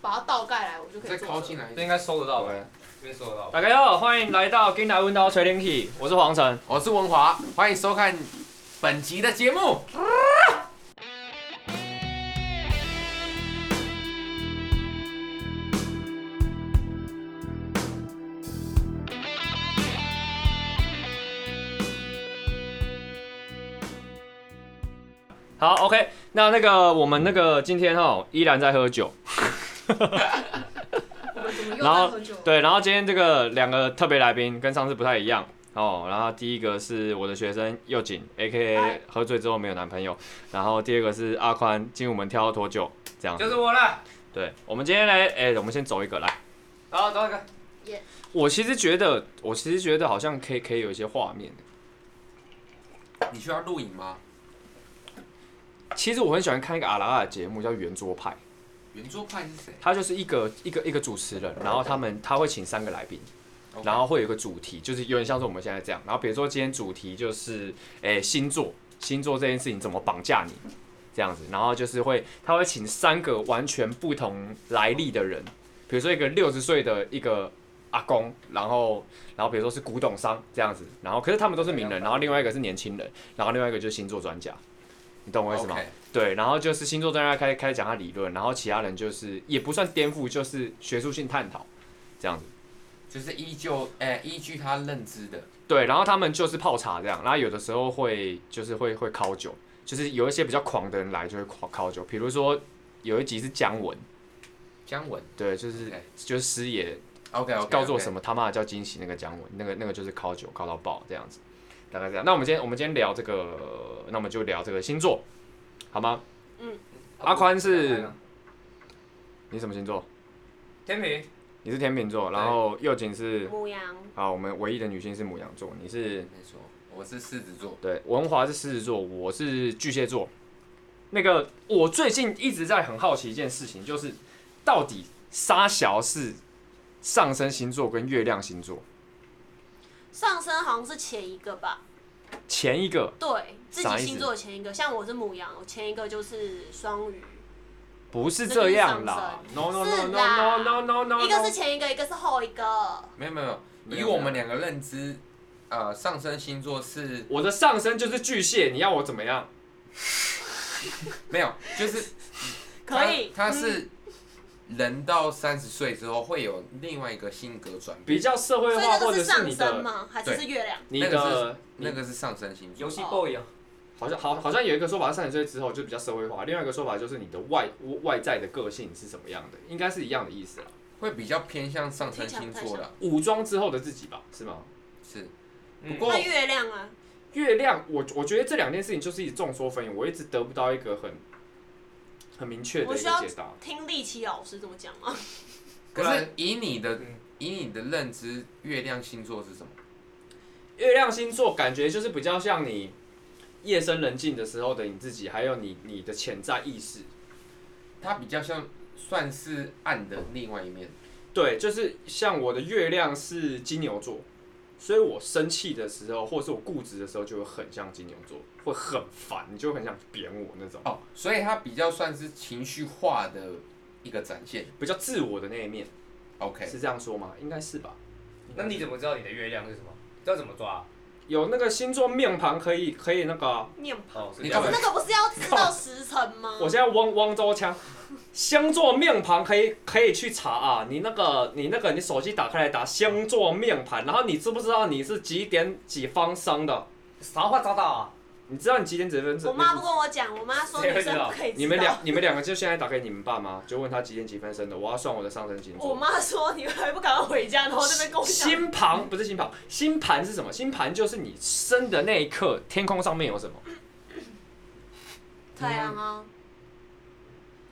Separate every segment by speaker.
Speaker 1: 把它倒盖来，我就可以
Speaker 2: 再
Speaker 1: 坐
Speaker 2: 靠
Speaker 1: 着
Speaker 2: 近来一
Speaker 3: 这
Speaker 2: 点。
Speaker 3: 应该收得到吧？
Speaker 2: 对
Speaker 3: 应该收得到吧。
Speaker 4: 大家好，欢迎来到《金台温刀锤炼 key》，我是黄晨。
Speaker 2: 我哦是文华，欢迎收看本集的节目。
Speaker 4: 好，OK，那那个我们那个今天哈依然在喝酒，
Speaker 1: 我们怎么又
Speaker 4: 然后
Speaker 1: 在喝酒？
Speaker 4: 对，然后今天这个两个特别来宾跟上次不太一样哦。然后第一个是我的学生右景
Speaker 1: 嗨
Speaker 4: ，A.K.A 喝醉之后没有男朋友，然后第二个是阿宽，进入我们挑脱酒这样。
Speaker 3: 就是我了。
Speaker 4: 对，我们今天来，哎、我们先走一个来。
Speaker 3: 好，找一个。
Speaker 4: 我其实觉得，我其实觉得好像可以可以有一些画面。
Speaker 2: 你需要录影吗？
Speaker 4: 其实我很喜欢看一个阿拉拉的节目，叫《圆桌派》。
Speaker 2: 圆桌派是谁？
Speaker 4: 他就是一个一个一个主持人，然后他们他会请三个来宾
Speaker 2: OK
Speaker 4: 然后会有一个主题，就是有点像是我们现在这样。然后比如说今天主题就是诶、星座，星座这件事情怎么绑架你这样子，然后就是会他会请三个完全不同来历的人，比如说一个六十岁的一个阿公，然后然后比如说是古董商这样子，然后可是他们都是名人，然后另外一个是年轻人，然后另外一个就是星座专家，你懂我意思吗
Speaker 2: OK
Speaker 4: 对，然后就是星座专家开开始讲他理论，然后其他人就是也不算颠覆，就是学术性探讨这样子。
Speaker 2: 就是依旧，哎、依据他认知的。
Speaker 4: 对，然后他们就是泡茶这样，然后有的时候会就是会会考酒，就是有一些比较狂的人来就会考考酒，比如说有一集是姜文，
Speaker 2: 姜文
Speaker 4: 对，就是、
Speaker 2: OK
Speaker 4: 就是师爷
Speaker 2: OK OK，
Speaker 4: 告诉我什
Speaker 2: 么？
Speaker 4: 么他妈的叫惊喜那个姜文，那个那个就是考酒考到爆这样子，大概这样。那我们今天我们今天聊这个，那我们就聊这个星座，好吗？阿宽是你什么星座？
Speaker 3: 天平，
Speaker 4: 你是天秤座，然后右景是
Speaker 5: 母羊，
Speaker 4: 好，我们唯一的女性是母羊座，你是
Speaker 2: 没错，我是狮子座。
Speaker 4: 对，文华是狮子座，我是巨蟹座。那个，我最近一直在很好奇一件事情，就是到底沙小是上升星座跟月亮星座
Speaker 5: 上升好像是前一个吧？
Speaker 4: 前一个
Speaker 5: 对自
Speaker 4: 啥
Speaker 5: 己
Speaker 4: 意思
Speaker 5: 星座前一个，像我是母羊，我前一个就是双鱼，
Speaker 4: 不是这样啦，no no no
Speaker 5: 是
Speaker 4: no
Speaker 5: 啦
Speaker 4: no no no no，
Speaker 5: 一个是前一个，一个是后一个。
Speaker 2: 没有没有，
Speaker 3: 没
Speaker 2: 以
Speaker 3: 有
Speaker 2: 我们两个认知，呃，上升星座是
Speaker 4: 我的上升就是巨蟹，你要我怎么样？
Speaker 2: 没有，就是
Speaker 5: 可以
Speaker 2: 他是人到三十岁之后会有另外一个性格转变，
Speaker 4: 比较社会
Speaker 5: 所以那
Speaker 4: 化，或
Speaker 5: 个
Speaker 4: 者
Speaker 5: 是
Speaker 4: 是
Speaker 5: 上
Speaker 4: 你
Speaker 5: 升
Speaker 4: 的
Speaker 5: 吗？还是
Speaker 2: 对
Speaker 5: 是月亮？
Speaker 4: 你
Speaker 2: 那个是
Speaker 4: 的
Speaker 2: 那个是上升星座。
Speaker 3: 游戏 boy 啊。
Speaker 4: 好像好，好像有一个说法，三十岁之后就比较社会化；，另外一个说法就是你的外外在的个性是什么样的，应该是一样的意思啦。
Speaker 2: 会比较偏向上升星座的，
Speaker 4: 武装之后的自己吧，是吗？
Speaker 2: 是。
Speaker 3: 嗯
Speaker 2: 不过
Speaker 5: 那月亮啊，
Speaker 4: 月亮，我我觉得这两件事情就是一直众说纷纭，我一直得不到一个很很明确的
Speaker 5: 我
Speaker 4: 一
Speaker 5: 需要
Speaker 4: 个解答。
Speaker 5: 听丽奇老师怎么讲吗？
Speaker 2: 可
Speaker 3: 不
Speaker 2: 是
Speaker 3: 然
Speaker 2: 以你的
Speaker 3: 嗯
Speaker 2: 以你的认知，月亮星座是什么？
Speaker 4: 月亮星座感觉就是比较像你夜深人静的时候的你自己，还有你你的潜在意识。
Speaker 2: 它比较像算是暗的另外一面。
Speaker 4: 对，就是像我的月亮是金牛座，所以我生气的时候，或者是我固执的时候，就会很像金牛座，会很烦，你就会很想扁我那种，
Speaker 2: 哦，所以它比较算是情绪化的一个展现。
Speaker 4: 比较自我的那一面，
Speaker 2: OK，
Speaker 4: 是这样说吗？应该是吧。
Speaker 3: 那你怎么知道你的月亮是什么？要怎么抓？
Speaker 4: 有那个星座面盘可以可以那个啊、
Speaker 5: 念
Speaker 3: 哦，是
Speaker 2: 你
Speaker 3: 这
Speaker 2: 干
Speaker 3: 样
Speaker 2: 嘛
Speaker 3: 子。
Speaker 5: 那个不是要知道时辰吗？
Speaker 4: 我现在汪汪州腔，星座面盘可以可以去查啊，你那个你那个你手机打开来打星座面盘，然后你知不知道你是几点几方生的？
Speaker 3: 啥话抓到啊？
Speaker 4: 你知道你几点几分生？
Speaker 5: 我妈不跟我讲，我妈说
Speaker 3: 谁
Speaker 5: 女
Speaker 3: 会知
Speaker 5: 生
Speaker 3: 道
Speaker 5: 不可以知道。
Speaker 4: 你们两你们两个就现在打给你们爸妈，就问他几点几分生的，我要算我的上升星
Speaker 5: 我
Speaker 4: 座。
Speaker 5: 妈说你还不赶快回家，然后那边跟我讲。
Speaker 4: 星盘不是星盘，星盘是什么？星盘就是你生的那一刻，天空上面有什么？
Speaker 5: 太阳啊，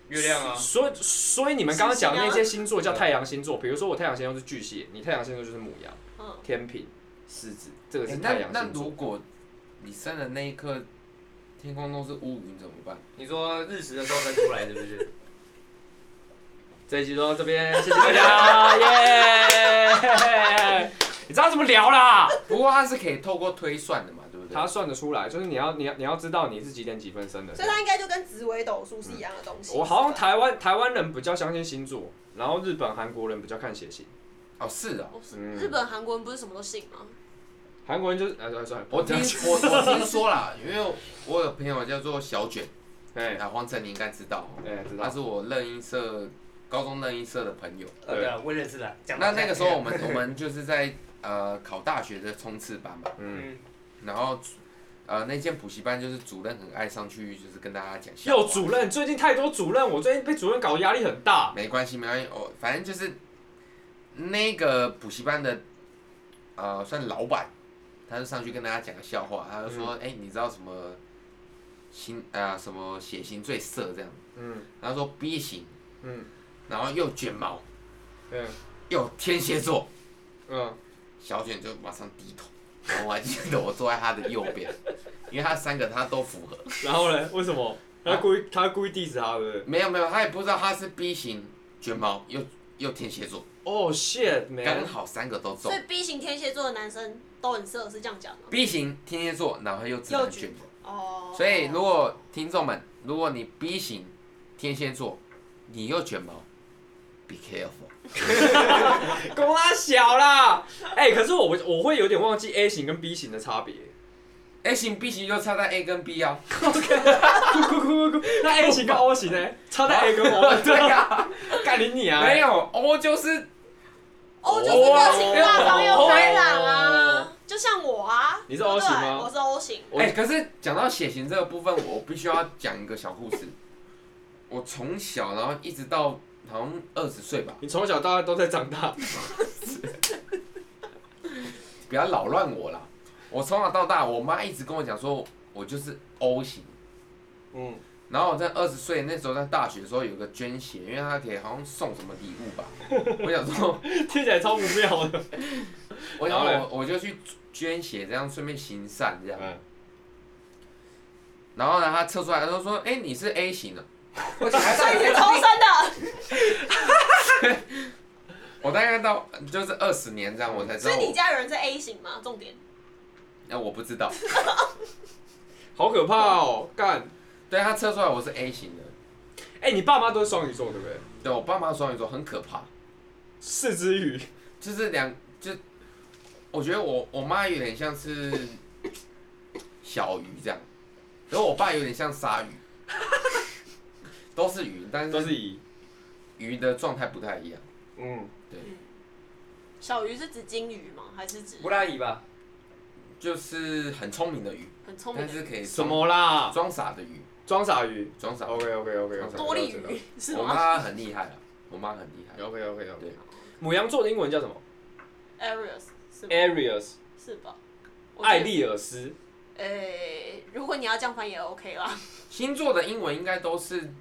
Speaker 3: 月亮啊。
Speaker 4: 所以所以你们刚刚讲的那些星座
Speaker 3: 行
Speaker 4: 叫
Speaker 3: 啊
Speaker 4: 太阳星座，比如说我太阳星座是巨蟹，你太阳星座就是母羊、
Speaker 5: 嗯，
Speaker 4: 天平、狮子，这个
Speaker 2: 诶
Speaker 4: 是太
Speaker 2: 那
Speaker 4: 阳
Speaker 2: 那
Speaker 4: 星
Speaker 2: 如
Speaker 4: 座。
Speaker 2: 果你生的那一刻，天空都是乌云怎么办？
Speaker 3: 你说日食的时候才出来，是不是？
Speaker 4: 这一集就到这边，谢谢大家， 耶！你知道怎么聊啦？
Speaker 2: 不过它是可以透过推算的嘛，对不对？
Speaker 4: 他算得出来，就是你要你要你要知道你是几点几分生的。
Speaker 1: 所以它应该就跟紫微斗数是一样的东西。
Speaker 4: 嗯我好像
Speaker 1: 是吧
Speaker 4: 台湾台湾人比较相信星座，然后日本韩国人比较看血型，
Speaker 2: 哦，是哦，
Speaker 5: 我是
Speaker 4: 嗯
Speaker 5: 日本、韩国人不是什么都信吗？
Speaker 4: 韩国人就是哎算了，
Speaker 2: 我
Speaker 4: 这
Speaker 2: 听
Speaker 4: 样
Speaker 2: 我我听说啦， 因为我有朋友叫做小卷，
Speaker 4: 哎
Speaker 2: 啊，黄晨你应该知道，
Speaker 4: 哎知
Speaker 2: 他
Speaker 4: 道，
Speaker 2: 是我乐音社高中乐音社的朋友。
Speaker 3: 呃，对啊，我认识了。讲
Speaker 2: 那
Speaker 3: 到
Speaker 2: 那个时候我们我们就是在呃考大学的冲刺班嘛，
Speaker 4: 嗯，
Speaker 3: 嗯，
Speaker 2: 然后呃那间补习班就是主任很爱上去，就是跟大家讲笑话。
Speaker 4: 又主任，最近太多主任，我最近被主任搞得压力很大，
Speaker 2: 没关系，没关系，哦，反正就是那个补习班的，呃，算老板，他就上去跟大家讲个笑话，他就
Speaker 4: 嗯
Speaker 2: 说，哎、你知道什么型啊、什么血型最色这样？
Speaker 4: 嗯
Speaker 2: 然后说 B 型，
Speaker 4: 嗯
Speaker 2: 然后又卷毛，
Speaker 4: 嗯
Speaker 2: 又天蝎座，
Speaker 4: 嗯，
Speaker 2: 小卷就马上低头。 我还记得我坐在他的右边， 因为他三个他都符合。
Speaker 4: 然后呢？为什 么？他故意他故意 diss 他对不对？
Speaker 2: 没有没有，他也不知道他是 B 型卷毛，又又天蝎座，
Speaker 4: 哦 shit
Speaker 2: 刚
Speaker 4: man，
Speaker 2: 好三个都中
Speaker 5: 所以。B 型天蝎座的男生都很色，是这样讲吗？
Speaker 2: B 型天蝎座，然后又只能
Speaker 5: 又
Speaker 2: 卷毛。
Speaker 1: 哦，
Speaker 2: 所以，如果听众们，如果你 B 型天蝎座，你又卷毛，be careful。
Speaker 4: 公拉小 啦，哎，可是我我会有点忘记 A 型跟 B 型的差别。
Speaker 2: A 型 B 型就差在 A 跟 B 啊，
Speaker 4: 哭哭哭哭哭！那 A 型跟 O 型呢？差在 A 跟 O。
Speaker 2: 对啊，
Speaker 4: 干你你啊！
Speaker 2: 没有 O 就是
Speaker 5: 哦，就是个性大方又开朗啊，就像我啊，
Speaker 4: 你是 O 型吗
Speaker 5: 对不对我是 O 型，
Speaker 4: 我
Speaker 2: 哎、可是讲到血型这个部分，我必须要讲一个小故事。我从小，然后一直到好像二十岁吧，
Speaker 4: 你从小到大都在长大，
Speaker 2: 不要扰乱我啦。我从小到大，我妈一直跟我讲说，我就是 O 型。
Speaker 4: 嗯，
Speaker 2: 然后我在二十岁那时候，在大学的时候有个捐血，因为他可以好像送什么礼物吧。我想说，
Speaker 4: 听起来超不妙的。
Speaker 2: 我
Speaker 4: 然
Speaker 2: 想
Speaker 4: 后嘞嗯
Speaker 2: 我我就去捐血，这样顺便行善这样。
Speaker 4: 哎
Speaker 2: 然后呢，他测出来，他就说：“哎、你是 A 型 的。
Speaker 3: 我还
Speaker 5: 所以
Speaker 3: 上一
Speaker 5: 你是
Speaker 3: 天
Speaker 5: 偷生的，”
Speaker 2: 我大概到就是二十年这样，我才知
Speaker 5: 所
Speaker 2: 道
Speaker 5: 以你
Speaker 2: 我。
Speaker 5: 家有人是 A 型吗？重点，
Speaker 2: 那、我不知道，
Speaker 4: 好可怕哦！干，
Speaker 2: 对他测出来我是 A 型的。
Speaker 4: 哎，你爸妈都是双鱼座对不对？
Speaker 2: 对我爸妈双鱼座很可怕，
Speaker 4: 四只鱼，
Speaker 2: 就是两就，我觉得我我妈有点像是小鱼这样，然后我爸有点像鲨鱼，都是鱼，但
Speaker 4: 都
Speaker 2: 是
Speaker 4: 是鱼。
Speaker 2: 鱼的状态不太一样。
Speaker 4: 嗯，
Speaker 5: 小鱼是指金鱼吗？还是指
Speaker 3: 不拉姨吧，
Speaker 2: 就是很聪明的鱼，
Speaker 5: 很聪明
Speaker 2: 但
Speaker 5: 的
Speaker 2: 是可以
Speaker 4: 什么啊哦啦？
Speaker 2: 装傻的鱼，
Speaker 4: 装傻鱼。
Speaker 2: 装傻。
Speaker 4: OK OK OK
Speaker 2: 装
Speaker 4: OK。
Speaker 2: 傻
Speaker 5: 多利鱼是
Speaker 2: 我
Speaker 5: 吗
Speaker 2: 妈很厉害啊，我妈很厉害。
Speaker 4: OK OK OK
Speaker 2: 对。
Speaker 4: 母羊座的英文叫什么
Speaker 5: ？Arius 是吗？
Speaker 4: ？Aries，
Speaker 5: 是吧？我觉得
Speaker 4: 哎艾，利尔斯。
Speaker 5: 诶，如果你要这样翻也 OK 啦，
Speaker 2: 星座的英文应该都是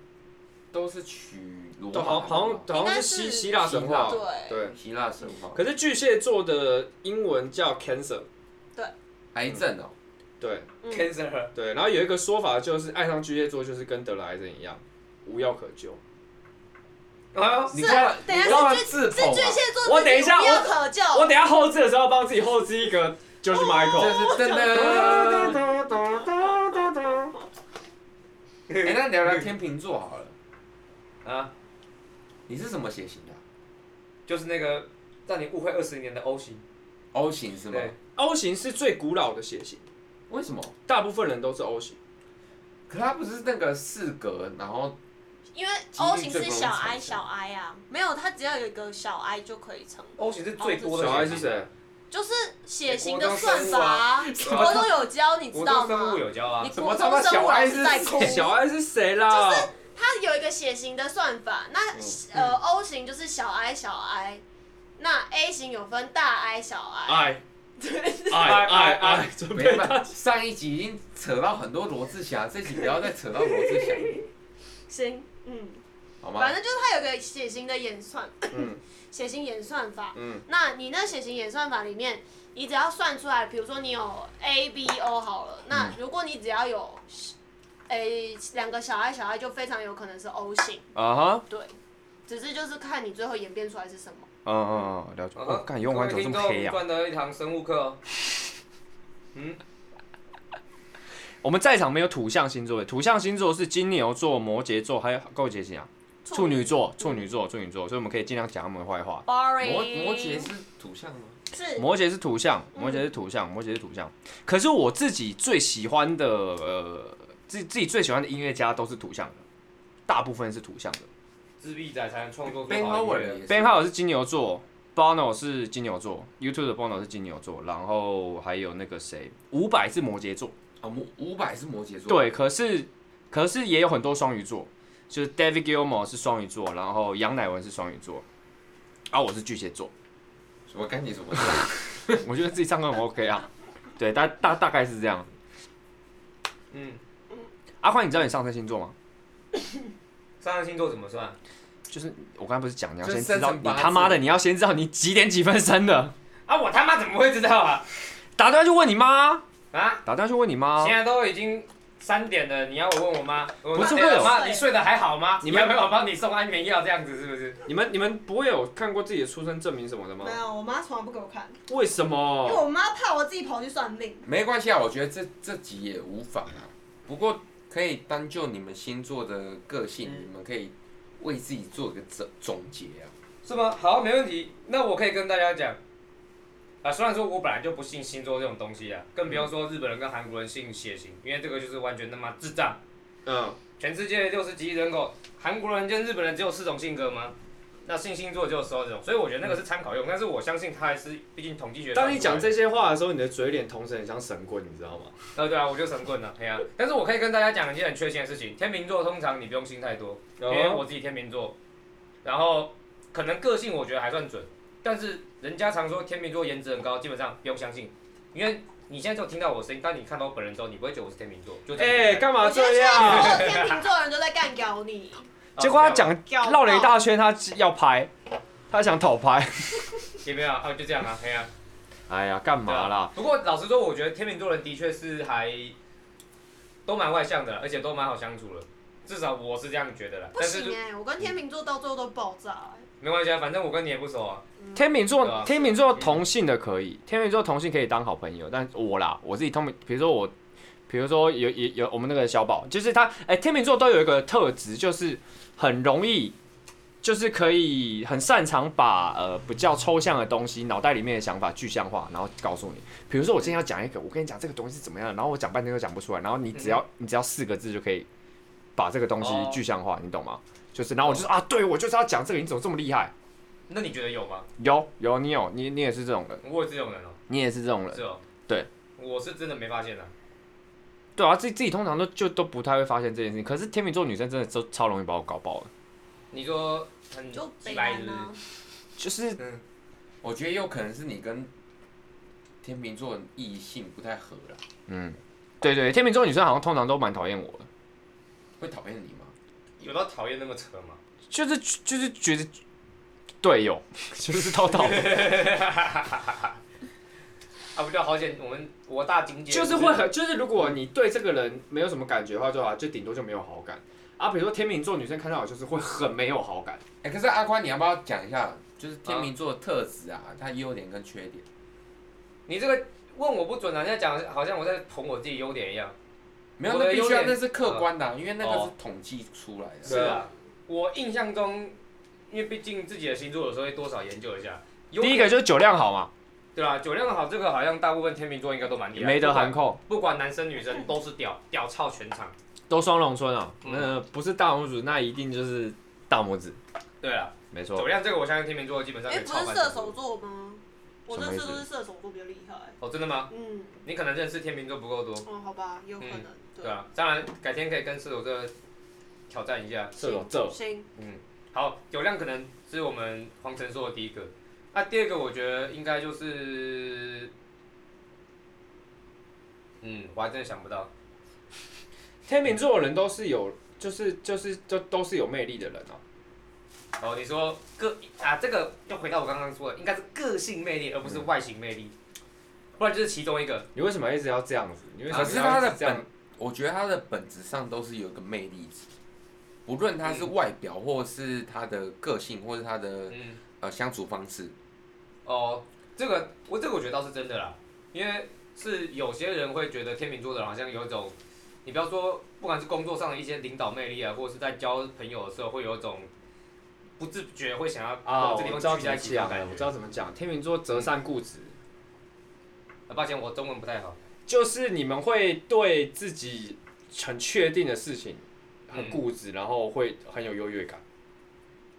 Speaker 2: 都是取罗马
Speaker 4: 都
Speaker 2: 的
Speaker 4: 好
Speaker 2: 吧，
Speaker 4: 好像好像是
Speaker 5: 应
Speaker 4: 希
Speaker 5: 该是
Speaker 4: 希腊神话。
Speaker 5: 希腊对
Speaker 4: 对。
Speaker 2: 希腊神话，
Speaker 4: 可是巨蟹座的英文叫 Cancer。
Speaker 2: 癌症哦，
Speaker 4: 对。
Speaker 5: 嗯
Speaker 3: cancer
Speaker 4: 对，然后有一个说法就是，爱上巨蟹座就是跟得了癌症一样，无药可救。
Speaker 3: 啊，
Speaker 2: 你干嘛
Speaker 5: 是等一下
Speaker 2: 你干嘛
Speaker 5: 是巨
Speaker 2: 自
Speaker 5: 是
Speaker 2: 捧啊
Speaker 5: 巨蟹座，
Speaker 4: 我等一下
Speaker 5: 无药可救，
Speaker 4: 我等一下后置的时候，帮自己后置一个就是
Speaker 2: 就
Speaker 4: Michael。
Speaker 2: 是真的。哎、那聊
Speaker 3: 嗯
Speaker 2: 聊天秤座好了，
Speaker 3: 啊，
Speaker 2: 你是什么血型的啊、
Speaker 3: 就是那个让你误会二十年的 O 型，
Speaker 2: o 型是吗？
Speaker 3: 对
Speaker 4: O 型是最古老的血型，
Speaker 2: 为什么？
Speaker 4: 大部分人都是 O 型。
Speaker 2: 可他不是那个四格，然后
Speaker 5: 因为 O 型是小 I 小 I 啊，没有，它只要有一个小 I 就可以成，
Speaker 3: ，O 型是最多的。
Speaker 4: 小爱是？谁？
Speaker 5: 就是血型的算法啊，
Speaker 3: 国中生物啊
Speaker 5: 国中有教，你知
Speaker 3: 国
Speaker 5: 道
Speaker 3: 中生
Speaker 5: 吗
Speaker 3: 物？有教啊
Speaker 5: 你，
Speaker 2: 什么
Speaker 5: 国
Speaker 2: 他
Speaker 5: 中
Speaker 2: 妈
Speaker 5: 生
Speaker 2: 小
Speaker 5: 物老
Speaker 2: 爱
Speaker 5: 师
Speaker 2: 是
Speaker 5: 在哭。
Speaker 4: 小爱是谁啦？
Speaker 5: 它有一个血型的算法，那呃 O 型就是小 I 小 I，那 A 型有分大 I 小 I，
Speaker 4: 爱爱爱爱，准
Speaker 2: 没
Speaker 4: 备
Speaker 2: 办法。上一集已经扯到很多罗志祥，这集不要再扯到罗志祥，
Speaker 5: 行，嗯，
Speaker 2: 好吗
Speaker 5: 反？正就是它有个血型的演算，
Speaker 4: 嗯
Speaker 5: 血型演算法。
Speaker 4: 嗯
Speaker 5: 那你那血型演算法里面，你只要算出来，比如说你有 A B O 好了，那
Speaker 4: 嗯
Speaker 5: 如果你只要有，诶、两个小 I 小 I 就非常有可能是 O 型，
Speaker 4: 啊哈
Speaker 5: 对，只是就是看你最后演变出来是什么。
Speaker 4: 嗯嗯嗯，了解
Speaker 3: 哦啊哈各位听众赚得一堂生物课哦。嗯，
Speaker 4: 我们在场没有土象星座的，土象星座是金牛座、摩羯座，还有够羯星啊，处女座、处女座、处女座，所以我们可以尽量讲他们的坏话。
Speaker 5: boring，
Speaker 2: 摩摩羯是土象吗？
Speaker 5: 是
Speaker 4: 摩羯是土象，摩羯是土象，摩羯是土象。可是我自己最喜欢的，呃，自自己最喜欢的音乐家都是土象的，大部分是土象的。
Speaker 3: 自闭仔才能创作出
Speaker 2: Ben
Speaker 3: 好
Speaker 2: Howard
Speaker 3: 音乐。
Speaker 2: 也
Speaker 4: Ben
Speaker 2: 是
Speaker 4: Howard 是金牛座，Bono 是金牛座，YouTube 的 Bono 是金牛座，然后还有那个谁，伍佰是摩羯座。
Speaker 2: 哦，摩五百是摩羯座。，
Speaker 4: 对，可是可是也有很多双鱼座，就是 David Gilmour 是双鱼座，然后杨乃文是双鱼座，啊，我是巨蟹座，
Speaker 2: 什么干你什么事？
Speaker 4: 我觉得自己唱歌很 OK 啊，对，大大大概是这样。
Speaker 3: 嗯，
Speaker 4: 阿宽，你知道你上升星座吗？
Speaker 3: 上升星座怎么算？
Speaker 4: 就是我刚才不是讲你要
Speaker 2: 就是
Speaker 4: 先知道
Speaker 2: 生辰
Speaker 4: 你
Speaker 2: 八字
Speaker 4: 他妈的你要先知道你几点几分生的，
Speaker 3: 啊，我他妈怎么会知道啊？
Speaker 4: 打电话去问你妈，
Speaker 3: 啊，
Speaker 4: 打电话去问你妈
Speaker 3: 现，在都已经三点了，你要我问我妈？我
Speaker 4: 不是
Speaker 3: 妈哎
Speaker 4: 会有
Speaker 3: 妈，你睡得还好吗？
Speaker 4: 你
Speaker 3: 你
Speaker 4: 们
Speaker 3: 要不要我帮你送安眠药这样子？是不是？
Speaker 4: 你们你们不会有看过自己的出生证明什么的吗
Speaker 1: 没有，我妈从来不给我看，
Speaker 4: 为什
Speaker 1: 因为
Speaker 4: 么？
Speaker 1: 我妈怕我自己跑去算命。
Speaker 2: 没关系啊，我觉得这这集也无妨啊。不过可以单就你们星座的个性，
Speaker 3: 嗯
Speaker 2: 你们可以为自己做个总总结啊。
Speaker 3: 是吗？好，没问题。那我可以跟大家讲，啊，虽然说我本来就不信星座这种东西啊，更不用说日本人跟韩国人信血型，因为这个就是完全他妈智障。
Speaker 4: 嗯，
Speaker 3: 全世界六十几亿人口，韩国人跟日本人只有四种性格吗？那信星座只有十二种，所以我觉得那个是参考用，但是我相信它还是，毕竟统计学。
Speaker 4: 嗯当你讲，这些话的时候，你的嘴脸同时很像神棍，你知道吗？
Speaker 3: 呃，对啊，我就神棍了，哎呀、但是我可以跟大家讲一件很缺陷的事情，天秤座通常你不用信太多，因
Speaker 4: 哦
Speaker 5: 啊
Speaker 3: 为
Speaker 4: 哎
Speaker 3: 我自己天秤座，然后可能个性我觉得还算准，但是人家常说天秤座颜值很高，基本上不用相信，因为你现在就听到我声音，当你看到我本人之后，你不会觉得我是天秤座，就
Speaker 4: 哎，干嘛
Speaker 5: 我觉得
Speaker 4: 这
Speaker 5: 现在
Speaker 4: 样？
Speaker 5: 所有天秤座的人都在干搞你，
Speaker 3: 啊
Speaker 4: 结果他
Speaker 3: 讲
Speaker 5: 哦
Speaker 4: 讲绕了一大圈，他要拍，他想讨拍。
Speaker 3: 也没有啊，就这样啊，哎呀、
Speaker 4: 哎呀，干嘛啦？？
Speaker 3: 啊不过老实说，我觉得天秤座人的确是还都蛮外向的，而且都蛮好相处的，至少我是这样觉得啦。
Speaker 5: 不
Speaker 3: 但是
Speaker 5: 行
Speaker 3: 就
Speaker 5: 哎、我跟天秤座到最后都爆炸、
Speaker 3: 没关系啊，反正我跟你也不熟啊。
Speaker 4: 天秤
Speaker 3: 对
Speaker 4: 座
Speaker 3: 啊，嗯
Speaker 4: 天秤座同性的可以，天秤座同性可以当好朋友，但我啦，我自己通，比如说我，比如说有有有我们那个小宝，就是他，哎、天秤座都有一个特质，就是很容易，就是可以很擅长把呃比较抽象的东西，脑袋里面的想法具象化，然后告诉你。比如说我今天要讲一个，我跟你讲这个东西是怎么样的，然后我讲半天都讲不出来，然后你只要、你只要四个字就可以把这个东西
Speaker 3: 嗯哦
Speaker 4: 具象化，你懂吗？就是，然后我就说、啊，对我就是要讲这个，你怎么这么厉害？
Speaker 3: 那你觉得有吗？
Speaker 4: 有有，你有你你也是这种人，
Speaker 3: 我有这种人哦、
Speaker 4: 你也是这种人，
Speaker 3: 是哦、
Speaker 4: 对，
Speaker 3: 我是真的没发现啊。
Speaker 4: 对啊，自己自己通常都就都不太会发现这件事情。可是天秤座女生真的都超容易把我搞爆了，
Speaker 3: 你说很
Speaker 5: 就
Speaker 3: 几
Speaker 5: 北
Speaker 3: 百
Speaker 5: 南啊
Speaker 3: 嗯是不
Speaker 5: 呢
Speaker 3: 是？？
Speaker 4: 就是
Speaker 3: 嗯，
Speaker 2: 我觉得有可能是你跟天秤座异性不太合啦，
Speaker 4: 嗯，对对，天秤座女生好像通常都蛮讨厌我的，
Speaker 2: 会讨厌你吗？
Speaker 3: 有到讨厌那么扯吗？
Speaker 4: 就是就是觉得对有， 就是到到
Speaker 3: 啊，不就好险，我们我大警姐
Speaker 4: 就是会很就是如果你对这个人没有什么感觉的话，就啊就顶多就没有好感啊。比如说天秤座女生看到我就是会很没有好感，
Speaker 2: 哎、可是阿宽，你要不要讲一下，
Speaker 3: 啊
Speaker 2: 就是天秤座的特质啊，它优点跟缺点？
Speaker 3: 你这个问我不准啊，人家讲好像我在捧我自己优点一样。
Speaker 2: 没有，
Speaker 3: 我的
Speaker 2: 那必须
Speaker 3: 优
Speaker 2: 要，
Speaker 3: 点
Speaker 2: 那是客观的啊、因为那个是
Speaker 3: 哦
Speaker 2: 统计出来的。
Speaker 3: 是啊，我印象中，因为毕竟自己的星座有时候会多少研究一下。有
Speaker 4: 第一个就是酒量好嘛，
Speaker 3: 对啊，酒量好，这个好像大部分天秤座应该都蛮厉害，
Speaker 4: 没得含扣，
Speaker 3: 不管，不管男生女生都是屌屌操全场。
Speaker 4: 都双龙村啊，
Speaker 3: 嗯
Speaker 4: 呃不是大拇指那一定就是大拇指，
Speaker 3: 对啊，
Speaker 4: 没错
Speaker 3: 酒。量这个我相信天秤座基本上
Speaker 5: 哎、
Speaker 3: 可以
Speaker 5: 不
Speaker 3: 操
Speaker 5: 是
Speaker 3: 翻
Speaker 5: 射
Speaker 3: 整
Speaker 5: 手
Speaker 3: 个。
Speaker 5: 座吗？我认识都是射手座比较厉害、
Speaker 3: 哦，真的吗？
Speaker 5: 嗯，
Speaker 3: 你可能认识天秤座不够多。
Speaker 5: 哦，好吧，有可能。
Speaker 3: 对啊，当然改天可以跟射手座挑战一下。
Speaker 4: 射手座
Speaker 5: 行，
Speaker 3: 嗯，好，酒量可能是我们黄晨说的第一个。那、第二个，我觉得应该就是，嗯，我还真的想不到。
Speaker 4: 天秤座的人都是有，就是就是都都是有魅力的人啊。
Speaker 3: 哦，你说个啊，这个又回到我刚刚说的，应该是个性魅力，而不
Speaker 4: 嗯
Speaker 3: 是外形魅力，不然就是其中一个。
Speaker 4: 你为什么一直要这样子？你为
Speaker 3: 啊
Speaker 4: 什么
Speaker 2: 可是他
Speaker 4: 要一
Speaker 2: 的
Speaker 4: 直这样
Speaker 2: 本？，我觉得他的本质上都是有一个魅力值，不论他是外表，或是他的个性，或是他的
Speaker 3: 嗯，
Speaker 2: 呃相处方式。
Speaker 3: 哦，这个我这个我觉得倒是真的啦，因为是有些人会觉得天秤座的人好像有一种你不要说，不管是工作上的一些领导魅力啊，或者是在交朋友的时候，会有一种不自觉会想要
Speaker 4: 啊，
Speaker 3: 往
Speaker 4: 我
Speaker 3: 这地方
Speaker 4: 知道
Speaker 3: 聚
Speaker 4: 怎
Speaker 3: 在
Speaker 4: 么
Speaker 3: 一起的
Speaker 4: 讲
Speaker 3: 感
Speaker 4: 了，
Speaker 3: 觉。
Speaker 4: 我知道怎么讲。天秤座择善固执，
Speaker 3: 嗯啊抱歉，我中文不太好。
Speaker 4: 就是你们会对自己很确定的事情
Speaker 3: 嗯
Speaker 4: 很固执，然后会很有优越感。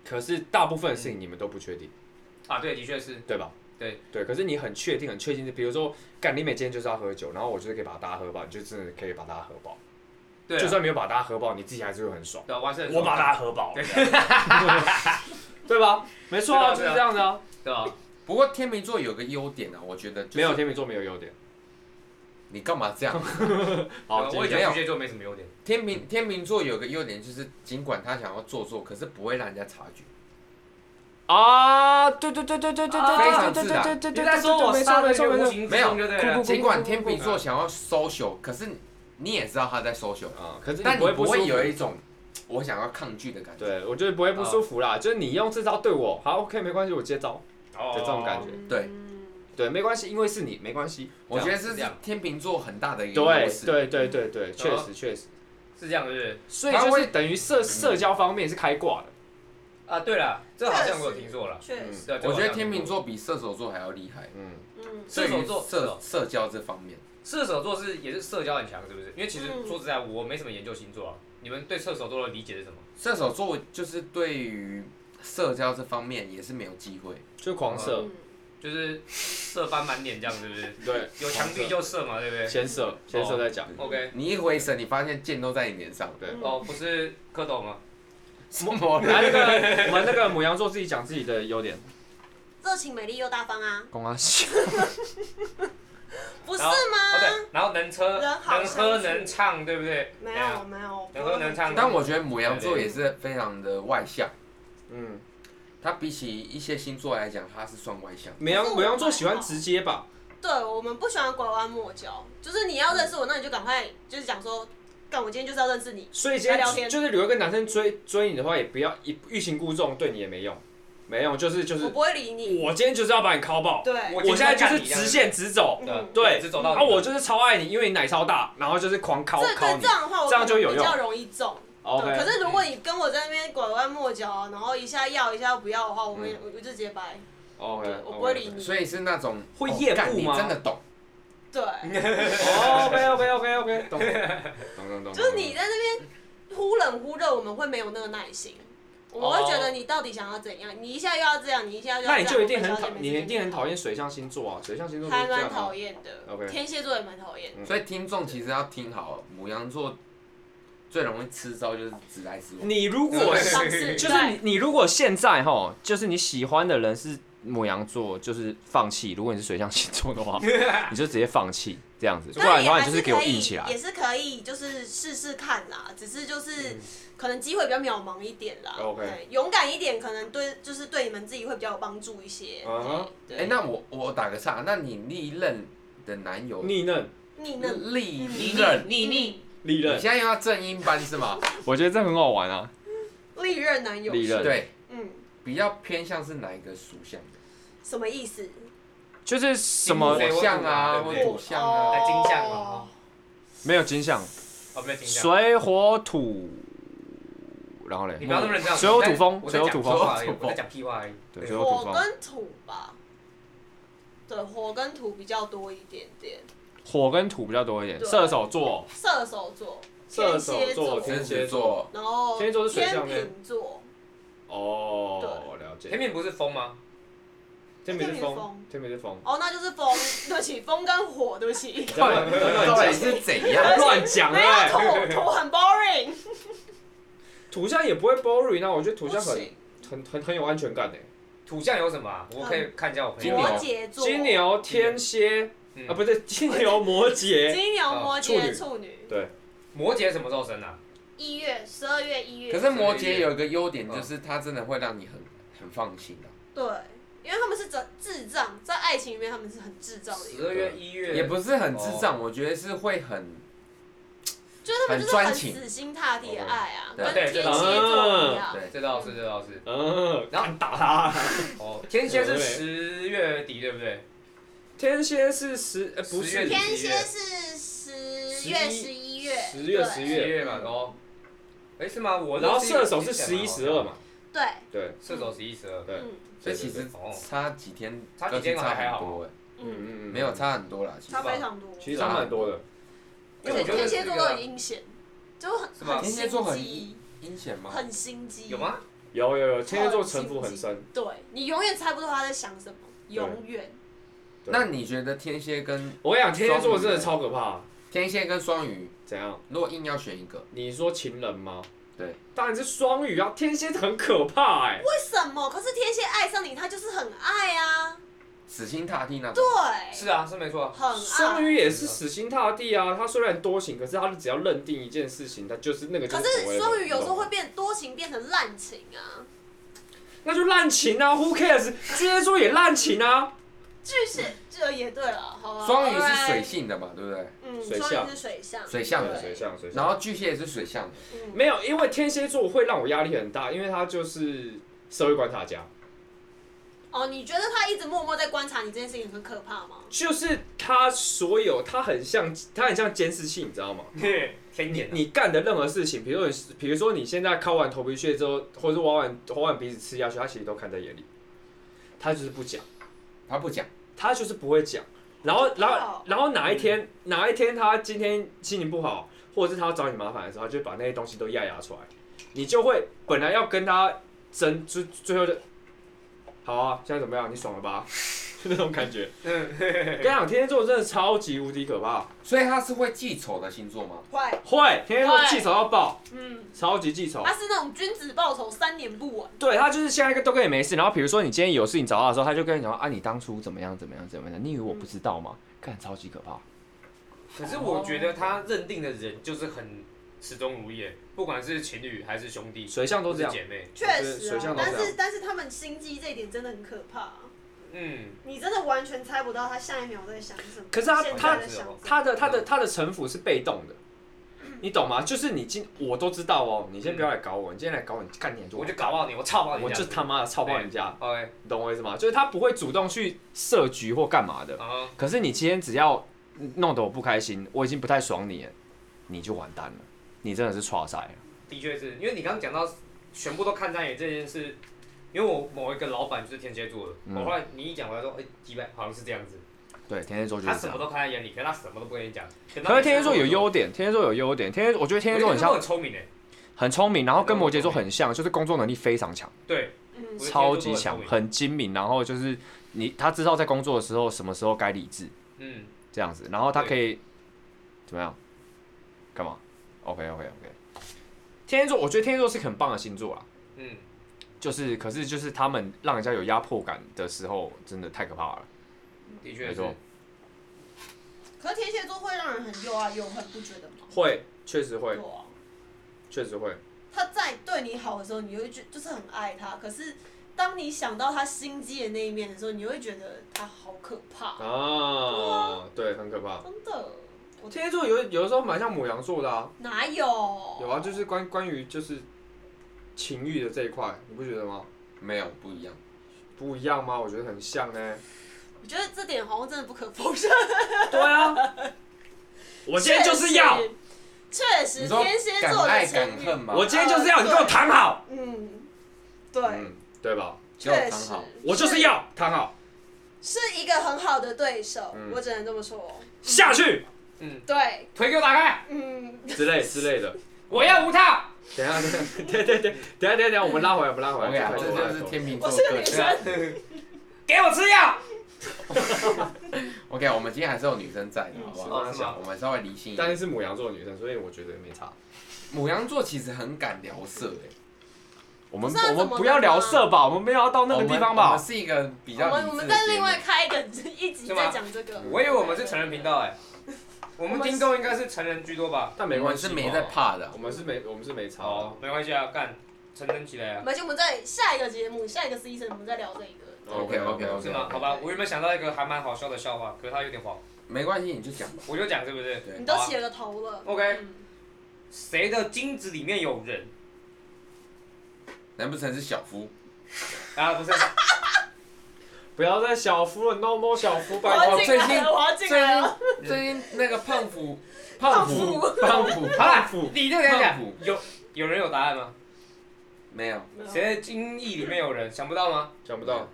Speaker 4: 可是大部分的事情你们都不确定，
Speaker 3: 啊，对，的确是。
Speaker 4: 对吧？
Speaker 3: 嗯对
Speaker 4: 对，可是你很确定，很确定，比如说，干你每天就是要喝酒，然后我就是可以把大家喝饱，你就真的可以把大家喝饱。
Speaker 3: 对啊，
Speaker 4: 就算没有把大家喝饱，你自己还是会很爽。
Speaker 3: 对啊，我还是很
Speaker 4: 我把大家喝饱，对吧？没错啊，就
Speaker 3: 对
Speaker 4: 是
Speaker 3: 啊
Speaker 4: 这样子啊。
Speaker 3: 对吧？
Speaker 2: 不过天秤座有个优点啊，我觉得就是
Speaker 4: 没有天秤座没有优点。
Speaker 2: 你干嘛这样？
Speaker 4: 好，
Speaker 3: 啊我
Speaker 4: 继
Speaker 3: 也觉
Speaker 4: 续
Speaker 3: 得巨蟹座没什么优点。
Speaker 2: 天秤天秤座有个优点就是，尽管他想要做作，可是不会让人家察觉。
Speaker 4: 啊，对对对对对对
Speaker 3: 啊
Speaker 4: 对，
Speaker 2: 非常
Speaker 4: 对
Speaker 2: 自
Speaker 4: 对
Speaker 2: 然
Speaker 4: 对对
Speaker 3: 你
Speaker 4: 对，
Speaker 3: 在说我
Speaker 4: 没
Speaker 3: 杀
Speaker 4: 错
Speaker 3: 的
Speaker 4: 没错没
Speaker 3: 无
Speaker 4: 错。
Speaker 3: 形
Speaker 2: 没
Speaker 3: 之
Speaker 2: 有啊
Speaker 3: 中就对
Speaker 4: 酷
Speaker 3: 了
Speaker 4: 酷。
Speaker 2: 尽管天秤座想要 social，可是你也知道他在 social，
Speaker 4: 啊，可是
Speaker 2: 但你
Speaker 4: 会
Speaker 2: 不
Speaker 4: 舒
Speaker 2: 会
Speaker 4: 服
Speaker 2: 有一种我想要抗拒的感觉。
Speaker 4: 对我觉得不会不舒服啦，就是你用这招对我，好 OK 没关系，我接招的这种
Speaker 2: 哦
Speaker 4: 感觉。
Speaker 5: 嗯
Speaker 2: 对
Speaker 4: 对，没关系，因为是你没关系。
Speaker 2: 我觉得这
Speaker 3: 这
Speaker 2: 是
Speaker 3: 样
Speaker 2: 天秤座很大的一个优
Speaker 4: 对
Speaker 2: 势。
Speaker 4: 对对对对，确
Speaker 3: 然后
Speaker 4: 实确实，
Speaker 3: 是这样，是不是？
Speaker 4: 所以
Speaker 2: 他
Speaker 4: 就
Speaker 2: 会
Speaker 4: 是等于社社交方面是开挂的。
Speaker 3: 啊，对了，这好像我有听说了。
Speaker 1: 确实，
Speaker 3: 对啊，这
Speaker 2: 我觉
Speaker 3: 好像
Speaker 2: 得
Speaker 3: 有听
Speaker 2: 天
Speaker 3: 过
Speaker 2: 秤座比射手座还要厉害，
Speaker 4: 嗯，
Speaker 5: 嗯，
Speaker 3: 射手座
Speaker 2: 对于社
Speaker 3: 是哦
Speaker 2: 社交这方面，
Speaker 3: 射手座是也是社交很强，是不是？因为其实
Speaker 5: 嗯
Speaker 3: 说实在，我没什么研究星座啊。你们对射手座的理解是什么？
Speaker 2: 射手座就是对于社交这方面也是没有机会。
Speaker 4: 就狂射，
Speaker 5: 嗯
Speaker 3: 就是射翻满脸这样，是不 是？
Speaker 4: 对，
Speaker 3: 有墙壁就射嘛，对不对
Speaker 4: 先射，先射再讲。
Speaker 3: ？OK，
Speaker 2: 你一回神，你发现箭都在你脸上。
Speaker 4: 对
Speaker 5: 嗯
Speaker 3: 哦，不是蝌蚪吗？
Speaker 2: 什么
Speaker 4: 来，那个我们那个母羊座自己讲自己的优点，
Speaker 5: 热情、美丽又大方啊，
Speaker 4: 公安系。
Speaker 5: 不是
Speaker 3: 然后哦，
Speaker 5: 吗？
Speaker 3: 对，然后能车，
Speaker 5: 人好
Speaker 3: 能喝
Speaker 5: 相处
Speaker 3: 能唱，对不对？
Speaker 5: 没
Speaker 3: 对
Speaker 5: 有
Speaker 3: 啊，
Speaker 5: 没有，
Speaker 3: 能喝能唱。
Speaker 2: 但我觉得母羊座也是非常的外向，
Speaker 4: 嗯，
Speaker 2: 他比起一些星座来讲，他是算外向。
Speaker 4: 母羊母羊座喜欢直接吧？
Speaker 5: 对我们不喜欢拐弯抹角，就是你要认识我，那你就赶快就是讲说，干我今天就是要认识你，
Speaker 4: 所以今
Speaker 5: 来聊
Speaker 4: 天
Speaker 5: 天
Speaker 4: 就是有一个男生追追你的话，也不要一欲擒故纵，对你也没用，没用，就是就是
Speaker 5: 我不会理你。
Speaker 4: 我今天就是要把你敲爆，
Speaker 5: 对，
Speaker 4: 我
Speaker 3: 我
Speaker 4: 现在就是直线直走，
Speaker 5: 嗯
Speaker 3: 对
Speaker 4: 对，
Speaker 3: 只走到
Speaker 4: 啊，我就是超爱你，因为你奶超大，然后就是狂敲
Speaker 5: 这
Speaker 4: 敲
Speaker 5: 对
Speaker 4: 你
Speaker 5: 这样的话，我
Speaker 4: 这样就有用
Speaker 5: 比较容易中。对可
Speaker 4: ，OK，
Speaker 5: 是如果嗯你跟我在那边拐弯抹角啊，然后一下要一下不要的话，我们我就直接掰，
Speaker 4: 嗯 OK，
Speaker 5: 对我不 会理你。
Speaker 2: 所以是那种哦
Speaker 4: 会厌恶
Speaker 2: 干你
Speaker 4: 吗
Speaker 2: 真的懂，
Speaker 5: 对，
Speaker 4: OK OK OK OK，懂懂懂懂，
Speaker 5: 就是你在那边忽冷忽热，我们会没有那个耐心。我会觉得你到底想要怎样？你一下又要这样，你一下又要这样
Speaker 4: 那你就一定很
Speaker 5: 我不
Speaker 4: 讨
Speaker 5: 了，解
Speaker 4: 你一定很讨厌水象星座啊，水象星座都
Speaker 5: 还
Speaker 4: 是这
Speaker 5: 蛮
Speaker 4: 样啊
Speaker 5: 讨。厌的
Speaker 4: OK
Speaker 5: 天蝎座也蛮讨厌的。
Speaker 4: 嗯
Speaker 2: 所以听众其实要听好，母羊座最容易吃招就是直来直往。
Speaker 4: 你如果
Speaker 3: 对
Speaker 4: 是
Speaker 5: 上次
Speaker 4: 就是你，你如果现在哈，就是你喜欢的人是母羊座，就是放弃。如果你是水象星座 的话，你就直接放弃这样子，不
Speaker 5: 当然
Speaker 4: 然
Speaker 5: 也
Speaker 4: 的话
Speaker 5: 还
Speaker 4: 你就是给我
Speaker 5: 可以
Speaker 4: 硬起来
Speaker 5: 也。是可以，就是试试看啦。只是就是可能机会比较渺茫一点啦。
Speaker 4: OK
Speaker 5: 对勇敢一点，可能对就是对你们自己会比较有帮助一些。
Speaker 4: 嗯哼
Speaker 5: 对，
Speaker 2: 哎、那我我打个岔，那你历任的男友
Speaker 4: 逆刃，
Speaker 5: 你呢？
Speaker 2: 历
Speaker 3: 你
Speaker 2: 任，
Speaker 3: 你你
Speaker 4: 利
Speaker 2: 你现，在又要正音班是吗？
Speaker 4: 我觉得这很好玩啊。
Speaker 5: 历任男友
Speaker 4: 历任
Speaker 2: 对，
Speaker 5: 嗯，
Speaker 2: 比较偏向是哪一个属相的？
Speaker 5: 什么意思？
Speaker 4: 就是什么
Speaker 3: 对
Speaker 2: 火象啊，
Speaker 3: 我
Speaker 2: 或
Speaker 3: 也不
Speaker 2: 土象啊
Speaker 3: 哦？来金像嘛
Speaker 5: 哦
Speaker 3: 哦
Speaker 4: 没有金像，
Speaker 3: 哦，没有听到。
Speaker 4: 水火土，然后嘞
Speaker 3: 你，不要那么认真啊。
Speaker 4: 水火土风
Speaker 3: 我
Speaker 4: 水
Speaker 3: 在
Speaker 4: 火土风
Speaker 3: 我在讲屁话而已
Speaker 2: 水火土风
Speaker 3: 我在讲屁话而已。
Speaker 4: 对，水
Speaker 3: 对
Speaker 4: 火土
Speaker 5: 火
Speaker 4: 风，
Speaker 5: 跟土吧。对，火跟土比较多一点点。
Speaker 4: 火跟土比较多一点。
Speaker 5: 对
Speaker 4: 射手座，
Speaker 5: 射手座、
Speaker 4: 射
Speaker 5: 天
Speaker 4: 手
Speaker 5: 蝎
Speaker 4: 座
Speaker 5: 座，
Speaker 4: 天
Speaker 2: 狮子座，
Speaker 5: 然后
Speaker 4: 天蝎座是水象
Speaker 5: 天
Speaker 4: 的
Speaker 5: 秤座，
Speaker 4: 哦，了
Speaker 3: 天。秤不是风吗？
Speaker 4: 天
Speaker 5: 秤
Speaker 4: 秤是
Speaker 5: 是
Speaker 4: 风
Speaker 5: 风，
Speaker 4: 天秤是风。
Speaker 5: 哦，那就是风， 对不起，风跟火，对不起。
Speaker 2: 到底到底是怎样？
Speaker 4: 乱讲
Speaker 5: 没
Speaker 4: 哎
Speaker 5: 有，土土很 boring，
Speaker 4: 土象也不会 boring 啊，我觉得土
Speaker 5: 不
Speaker 4: 象很
Speaker 5: 行。
Speaker 4: 很很很有安全感诶。
Speaker 3: 土象有什么啊？我可以看一下我朋
Speaker 2: 金
Speaker 3: 友。
Speaker 2: 牛
Speaker 5: 摩羯座，
Speaker 4: 金牛、天蝎
Speaker 3: 嗯
Speaker 4: 啊，不对， 金牛、摩 羯，
Speaker 5: 金牛、摩羯、
Speaker 4: 哦
Speaker 5: 处女，
Speaker 4: 对，
Speaker 3: 摩羯什么时候生啊？
Speaker 5: 一月、十二月、一月。
Speaker 2: 可是摩羯有一个优
Speaker 5: 嗯
Speaker 2: 点，就是它真的会让你很很放心啊，
Speaker 5: 对，因为他们是智智障，在爱情里面他们是很智障的一
Speaker 3: 十
Speaker 5: 个，
Speaker 3: 二
Speaker 4: 啊
Speaker 3: 月、一月
Speaker 2: 也不是很智障，我觉得是会很
Speaker 5: 就是他们就是
Speaker 2: 很
Speaker 5: 很
Speaker 2: 专情
Speaker 5: 死心塌地的爱啊，
Speaker 2: 对
Speaker 5: 跟天蝎座一
Speaker 4: 嗯
Speaker 5: 样。
Speaker 2: 对。
Speaker 3: 哎这倒是，这倒是。
Speaker 4: 嗯，
Speaker 3: 然后
Speaker 4: 敢打他。
Speaker 3: 哦，天蝎
Speaker 4: 对
Speaker 3: 是十月底，对不对？
Speaker 4: 天蝎是十，呃，不
Speaker 3: 十月底
Speaker 4: 是
Speaker 5: 天蝎是十月、
Speaker 4: 十
Speaker 5: 十
Speaker 4: 一
Speaker 5: 一月，
Speaker 4: 十月
Speaker 5: 对
Speaker 4: 十
Speaker 3: 十月嘛，哦，哎是吗？我
Speaker 4: 然后射手是
Speaker 3: 之前哦
Speaker 4: 十一、十二，嘛，
Speaker 5: 对，
Speaker 4: 对，
Speaker 3: 射手十一、十二，
Speaker 4: 对
Speaker 5: 嗯
Speaker 2: 所以其实
Speaker 3: 哦
Speaker 2: 差几天，
Speaker 3: 差几天还
Speaker 2: 差
Speaker 3: 好
Speaker 2: 很多哎，
Speaker 5: 嗯，
Speaker 4: 嗯
Speaker 2: 没有，差很多啦。其实
Speaker 6: 差非常多。
Speaker 4: 其实
Speaker 7: 差
Speaker 4: 差
Speaker 7: 蛮
Speaker 4: 蛮多的，
Speaker 5: 而
Speaker 3: 因为
Speaker 5: 且
Speaker 3: 我觉得
Speaker 5: 天蝎
Speaker 3: 这
Speaker 5: 座
Speaker 3: 个
Speaker 5: 都很阴险，就很
Speaker 3: 是吧
Speaker 5: 很
Speaker 2: 天蝎座很
Speaker 5: 心机
Speaker 2: 阴险吗？
Speaker 5: 很心机，
Speaker 3: 有？吗？
Speaker 4: 有有有，天蝎座城府很深，
Speaker 5: 对你永远猜不透他在想什么，永远。
Speaker 4: 对
Speaker 2: 那你觉得天蝎跟
Speaker 4: 我跟你讲，天蝎座真的超可怕，
Speaker 2: 天蝎跟双鱼，
Speaker 4: 怎样？
Speaker 2: 如果硬要选一个，
Speaker 4: 你说情人吗？
Speaker 2: 对，
Speaker 4: 当然是双鱼啊，天蝎很可怕哎、
Speaker 5: 为什么？可是天蝎爱上你，他就是很爱啊，
Speaker 2: 死心塌地那种
Speaker 5: 对，，
Speaker 3: 是啊，是没错啊，
Speaker 5: 很爱。
Speaker 4: 双鱼也是死心塌地啊，他虽然多情，可是他只要认定一件事情，他就是那个就
Speaker 5: 可
Speaker 4: 是所谓
Speaker 5: 是
Speaker 4: 的
Speaker 5: 双鱼有时候会变多情，变成滥情啊。
Speaker 4: 那就滥情啊，Who cares？天蝎座也滥情啊，
Speaker 5: 巨蟹这也对了，好吧。
Speaker 2: 双鱼是水
Speaker 5: alright，
Speaker 2: 性的嘛，对不对？
Speaker 5: 嗯，
Speaker 4: 水
Speaker 5: 双
Speaker 4: 象
Speaker 5: 鱼是水象，
Speaker 2: 水象的
Speaker 5: 对
Speaker 4: 水象水象。
Speaker 2: 然后巨蟹也是水象的，
Speaker 5: 嗯，
Speaker 4: 没有，因为天蝎座会让我压力很大，因为他就是社会观察家，
Speaker 5: 哦，你觉得他一直默默在观察你这件事情很可怕吗？
Speaker 4: 就是他所有他很像他很像监视器，你知道吗？
Speaker 3: 嘿天
Speaker 4: 你
Speaker 3: 点啊，
Speaker 4: 你干的任何事情，比如说你，比如说你现在敲完头皮屑之后，或者是挖完挖完鼻子吃下去，他其实都看在眼里，他就是不讲，
Speaker 2: 他不讲，
Speaker 4: 他就是不会讲。然后，然
Speaker 5: 好
Speaker 4: 后，然后哪一天，哪一天他今天心情不好，或者是他要找你麻烦的时候，他就会把那些东西都压压出来，你就会本来要跟他争，最最后就，好啊，现在怎么样？你爽了吧？ 就那种感觉。
Speaker 3: 嗯，
Speaker 4: 跟你讲，天蝎座真的超级无敌可怕，
Speaker 2: 所以他是会记仇的星座吗？
Speaker 6: 坏，
Speaker 4: 会天蝎座
Speaker 5: 会
Speaker 4: 记仇到爆，
Speaker 5: 嗯，
Speaker 4: 超级记仇。
Speaker 5: 他是那种君子报仇三年不晚，
Speaker 7: 对他就是下一个都跟你没事，然后比如说你今天有事情找他的时候，他就跟你讲说啊，你当初怎么样怎么样怎么样，你以为我不知道吗？看超级可怕，
Speaker 3: 可是我觉得他认定的人就是很始终如一耶，不管是情侣还是兄弟，
Speaker 4: 水象都
Speaker 3: 都
Speaker 4: 这
Speaker 3: 是
Speaker 4: 样，
Speaker 3: 姐妹，
Speaker 5: 确
Speaker 4: 觉得
Speaker 5: 实
Speaker 4: 水
Speaker 5: 啊
Speaker 4: 象。都
Speaker 5: 但
Speaker 4: 这样
Speaker 5: 是但是他们心机这一点真的很可怕啊、
Speaker 3: 嗯，
Speaker 5: 你真的完全猜不到他下一秒在想什么。
Speaker 4: 可是他
Speaker 5: 现在
Speaker 4: 他
Speaker 5: 在想什么
Speaker 4: 他的他的他的城府是被动的，你懂吗？就是你今我都知道哦，你先不要来搞我，你今天来搞我，你干你就
Speaker 3: 我就搞爆你，我操爆你，
Speaker 4: 我就他妈的操爆人家，
Speaker 3: ，OK，
Speaker 4: 你懂我意思吗？就是他不会主动去，
Speaker 7: 设局或干嘛的。
Speaker 3: 然后
Speaker 7: 可是你今天只要弄得我不开心，我已经不太爽你了，你就完蛋了，你真的是差赛了。
Speaker 3: 的确是因为你刚刚讲到全部都看在眼这件事，因为我某一个老板就是天蝎座的，
Speaker 7: 嗯
Speaker 3: 我后来你一讲，我还说，哎、鸡掰，好像是这样子，
Speaker 7: 对，天蝎座就
Speaker 3: 他
Speaker 7: 是这
Speaker 3: 什么
Speaker 7: 样。
Speaker 3: 都看在眼里，可是他什么都不跟你讲。
Speaker 7: 可是天蝎座有，优点，天蝎座有优点，天蝎我觉得天蝎座很
Speaker 3: 我
Speaker 7: 像
Speaker 3: 觉得天蝎座很聪明诶，
Speaker 7: 很聪明，然后跟摩羯座很像，就是工作能力非常强，
Speaker 3: 对，
Speaker 5: 嗯
Speaker 3: 我觉得
Speaker 7: 超
Speaker 3: 天
Speaker 7: 级
Speaker 3: 蝎座
Speaker 7: 强
Speaker 3: 很聪，明
Speaker 7: 很精明，然后就是你他知道在工作的时候什么时候该理智
Speaker 3: 嗯，
Speaker 7: 这样子，然后他可以怎么样？干嘛？OK OK OK。天
Speaker 4: 嗯
Speaker 7: 蝎座，我觉得天蝎座是很棒的星座啊，
Speaker 3: 嗯，
Speaker 7: 就是可是就是他们让人家有压迫感的时候，真的太可怕了。
Speaker 3: 的
Speaker 7: 没
Speaker 3: 确是
Speaker 7: 错。
Speaker 6: 可是天蝎座会让人很又爱又恨，不觉得吗？
Speaker 4: 会确实会
Speaker 6: 对啊，
Speaker 4: 确实会，
Speaker 6: 他在对你好的时候，你会觉就是很爱他，可是当你想到他心机的那一面的时候，你会觉得他好可怕，
Speaker 4: 啊，对，很可怕。
Speaker 6: 真的。我
Speaker 4: 天蝎座有有的时候蛮像母羊座的啊，
Speaker 6: 哪有？
Speaker 4: 有啊，就是关关于就是情欲的这一块，你不觉得吗？
Speaker 2: 没有，不一样。
Speaker 4: 不一样吗？我觉得很像呢、
Speaker 5: 我觉得这点好像真的不可否认。
Speaker 4: 对啊， 我今天就是要，
Speaker 5: 确实，确
Speaker 2: 你
Speaker 5: 实
Speaker 2: 说
Speaker 5: 天蝎
Speaker 2: 敢
Speaker 5: 座的
Speaker 2: 爱敢
Speaker 5: 情
Speaker 2: 恨
Speaker 5: 侣，
Speaker 2: 嘛？
Speaker 4: 我今天
Speaker 3: 啊
Speaker 4: 就是要你给我躺好，
Speaker 6: 嗯，对，
Speaker 4: 嗯，对吧？
Speaker 2: 给我
Speaker 6: 确
Speaker 2: 躺
Speaker 6: 实
Speaker 2: 好，
Speaker 4: 我就是要躺好
Speaker 5: 是一个很好的对手
Speaker 4: 嗯，
Speaker 5: 我只能这么说。
Speaker 4: 下去
Speaker 3: 嗯，
Speaker 5: 对，
Speaker 3: 腿给我打开，
Speaker 5: 嗯，
Speaker 4: 之类之类的。
Speaker 3: 我要无套。
Speaker 4: 等一下，等一下，等一下，等一下等一下，等一下，我们拉回来，我们拉回来。
Speaker 2: OK 啊，
Speaker 4: 这
Speaker 2: 这
Speaker 4: 块
Speaker 2: 就是天秤座
Speaker 6: 我
Speaker 2: 的
Speaker 6: 是
Speaker 2: 个
Speaker 6: 女
Speaker 2: 性
Speaker 6: 生
Speaker 2: 啊。
Speaker 3: 给我吃药，
Speaker 2: OK，我们今天还是有女生在的，好不
Speaker 3: 嗯
Speaker 2: 好？
Speaker 3: 是吗
Speaker 2: 我们稍微理性一
Speaker 4: 但
Speaker 2: 点。
Speaker 4: 是是母羊座的女生，所以我觉得没差。
Speaker 2: 母羊座其实很敢聊色欸诶，
Speaker 7: 我们
Speaker 5: 不是啊
Speaker 7: 我们
Speaker 5: 怎么
Speaker 7: 不要
Speaker 5: 了
Speaker 7: 聊
Speaker 5: 吗
Speaker 7: 色吧，我们没有要到那个地方
Speaker 2: 哦我们
Speaker 7: 吧。
Speaker 2: 是一个比
Speaker 5: 我
Speaker 2: 较
Speaker 5: 们
Speaker 2: 理
Speaker 5: 我
Speaker 2: 智
Speaker 5: 们
Speaker 2: 的
Speaker 5: 再
Speaker 2: 节
Speaker 5: 另
Speaker 2: 目
Speaker 5: 外开一个一集
Speaker 3: 是吗
Speaker 5: 再讲这个。
Speaker 3: 我以为我们是成人频道哎，我们听众应该是成人居多吧？
Speaker 4: 但没
Speaker 2: 我
Speaker 4: 关
Speaker 2: 们
Speaker 4: 系，
Speaker 2: 是没在，怕的
Speaker 4: 我。们是没，我们是没差的。
Speaker 3: 哦，没关系啊，干，成人起来啊，
Speaker 5: 没关系，我们在下一个节目、下一个 season 我们再聊这一个。
Speaker 2: OK OK OK，
Speaker 3: 是吗？好吧，我原本想到一个还蛮好笑的笑话，可是它有点黄，
Speaker 2: 没关系，你就讲吧。
Speaker 3: 我就讲是不是？
Speaker 2: 对
Speaker 5: 你都起了个头了。
Speaker 3: OK
Speaker 5: 嗯
Speaker 3: 谁的精子里面有人
Speaker 2: 难不成是小夫？
Speaker 3: 啊？不是，
Speaker 4: 不要再小夫了，no more 小夫，拜
Speaker 5: 我
Speaker 4: 托
Speaker 5: 要
Speaker 2: 哦
Speaker 5: 进
Speaker 2: 最
Speaker 5: 来
Speaker 2: 近
Speaker 5: 了，我要
Speaker 2: 最
Speaker 5: 进来了。
Speaker 2: 近最近那个胖虎，
Speaker 1: 胖
Speaker 8: 虎，
Speaker 1: 虎
Speaker 2: 胖虎
Speaker 3: 好啦
Speaker 8: 胖虎，
Speaker 3: 你这个讲
Speaker 2: 胖
Speaker 3: 讲
Speaker 2: 虎，
Speaker 3: 有有人有答案吗？
Speaker 2: 没有，
Speaker 3: 谁的精益里面有人想不到吗？
Speaker 8: 想不到。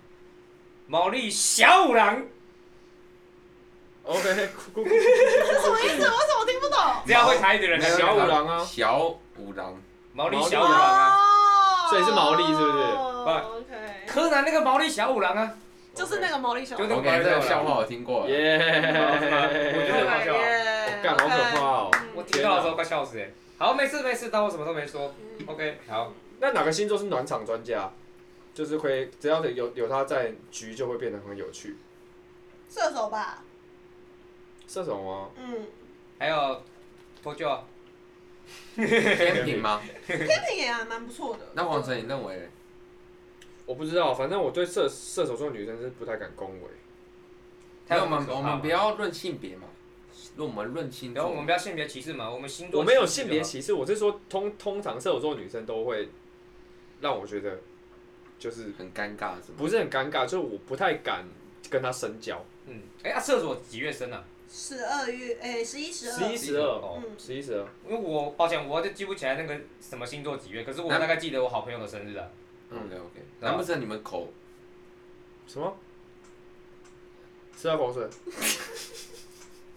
Speaker 3: 毛利小五郎，
Speaker 8: OK，哭哭哭
Speaker 1: 这 什么意思？我怎么听不懂？
Speaker 3: 只要会台语的人才知道
Speaker 8: 小五郎啊
Speaker 2: 小五郎，
Speaker 3: 毛利
Speaker 8: 毛利
Speaker 3: 小五郎啊，
Speaker 8: 所以是毛利是不是
Speaker 1: 哦？OK，
Speaker 3: 柯南那个毛利小五郎啊，
Speaker 1: 就是那个毛利小
Speaker 3: 就
Speaker 1: 五
Speaker 3: 那
Speaker 1: 郎。
Speaker 2: OK，这个笑话我听过了。
Speaker 8: 耶！
Speaker 3: 我觉得好笑啊，
Speaker 1: 耶
Speaker 8: 干好可怕哦
Speaker 1: OK 嗯
Speaker 3: 我听到的时候快笑死哎、好，没事没事，当我什么都没说。OK，好，
Speaker 1: 嗯
Speaker 8: 那哪个星座是暖场专家？就是会只要有有他在，局就会变得很有趣。
Speaker 1: 射手吧，
Speaker 8: 射手吗？
Speaker 1: 嗯，
Speaker 3: 还有脱臼，啊
Speaker 2: 天平吗？
Speaker 1: 天平也还蛮不错的。
Speaker 2: 那黄晨，你认为嘞？
Speaker 8: 我不知道，反正我对射射手座女生是不太敢恭维。
Speaker 3: 他
Speaker 2: 那
Speaker 3: 有
Speaker 2: 我们
Speaker 3: 什么
Speaker 2: 我
Speaker 3: 可怕吗
Speaker 2: 们不要论性别嘛，论我们论星
Speaker 3: 然后我
Speaker 2: 座
Speaker 3: 们。不要性别歧视嘛，我们星座
Speaker 8: 我没有性别
Speaker 3: 歧
Speaker 8: 歧视，我是说通通常射手座女生都会让我觉得就是
Speaker 2: 很尴尬是吗？
Speaker 8: 不是很尴尬，就是我不太敢跟她深交。
Speaker 3: 视嘛。嗯，哎、啊，厕所几月生啊？
Speaker 1: 十二月，诶，十一、十
Speaker 8: 十一、
Speaker 1: 二，
Speaker 8: 十二，
Speaker 3: 哦，
Speaker 1: 嗯，
Speaker 8: 十一、十二，
Speaker 3: 因为我抱歉，我就记不起来那个什么星座几月，可是我
Speaker 2: 那
Speaker 3: 大概记得我好朋友的生日啊。
Speaker 8: 嗯
Speaker 4: 嗯
Speaker 2: OK OK，难不成你们口
Speaker 8: 什么？吃到 口水？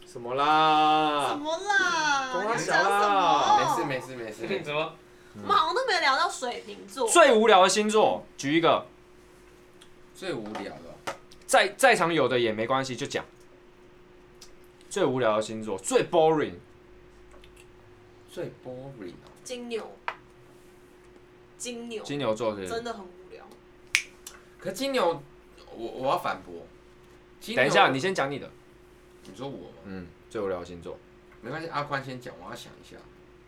Speaker 8: 什么啦？
Speaker 1: 什么啦？
Speaker 8: 公
Speaker 1: 你
Speaker 8: 阿
Speaker 1: 要
Speaker 8: 小
Speaker 1: 讲什
Speaker 2: 没
Speaker 1: 么？
Speaker 4: 哦
Speaker 2: 事没事没事，
Speaker 3: 什么？
Speaker 1: 我们好像都没聊到水瓶座。
Speaker 4: 最无聊的星座，举一个，
Speaker 2: 最无聊的哦
Speaker 4: 在在场有的也没关系，就讲。最无聊的星座，最 boring，
Speaker 2: 最 boring 哦
Speaker 1: 金牛，金牛
Speaker 4: 金牛座是不是
Speaker 1: 真的很无聊。
Speaker 2: 可金牛，我我要反驳。金牛
Speaker 4: 等一下，你先讲你的。
Speaker 2: 你说我吗？
Speaker 4: 嗯，最无聊的星座，
Speaker 2: 没关系，阿宽先讲，我要想一下。
Speaker 3: 呃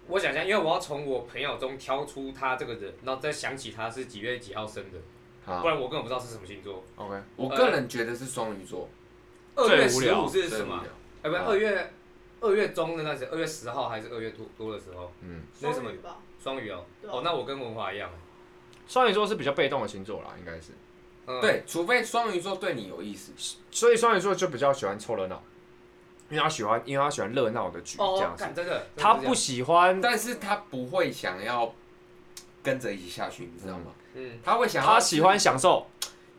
Speaker 3: 我想一下，因为我要从我朋友中挑出他这个人，然后再想起他是几月几号生的，
Speaker 4: 好
Speaker 3: 不然我根本不知道是什么星座。
Speaker 4: ，OK，
Speaker 2: 我个人觉得是双鱼座，
Speaker 3: 二月
Speaker 4: 无
Speaker 3: 十
Speaker 4: 聊
Speaker 3: 五是
Speaker 2: 最
Speaker 3: 什
Speaker 2: 无
Speaker 3: 么
Speaker 2: 聊？
Speaker 3: 哎，不是
Speaker 4: 啊
Speaker 3: 二月二月中的那时，二月十号还是二月多多的时候？
Speaker 4: 嗯，
Speaker 3: 那是什
Speaker 1: 双
Speaker 3: 么
Speaker 1: 鱼吧？
Speaker 3: 双鱼哦，
Speaker 1: 对啊
Speaker 3: 哦，那我跟文华一样。
Speaker 4: 双鱼座是比较被动的星座啦，应该是，
Speaker 3: 嗯，
Speaker 2: 对，除非双鱼座对你有意思。
Speaker 4: 所以双鱼座就比较喜欢凑热闹，因为他喜欢，因为他喜欢热闹的局这
Speaker 3: 哦
Speaker 4: 样，子，
Speaker 3: 看真的，
Speaker 4: 他
Speaker 3: 真的
Speaker 4: 不
Speaker 3: 是
Speaker 4: 喜欢，
Speaker 2: 但是他不会想要跟着一起下去，你知道吗？
Speaker 3: 这样嗯，
Speaker 2: 他会想要，
Speaker 4: 他喜欢享受，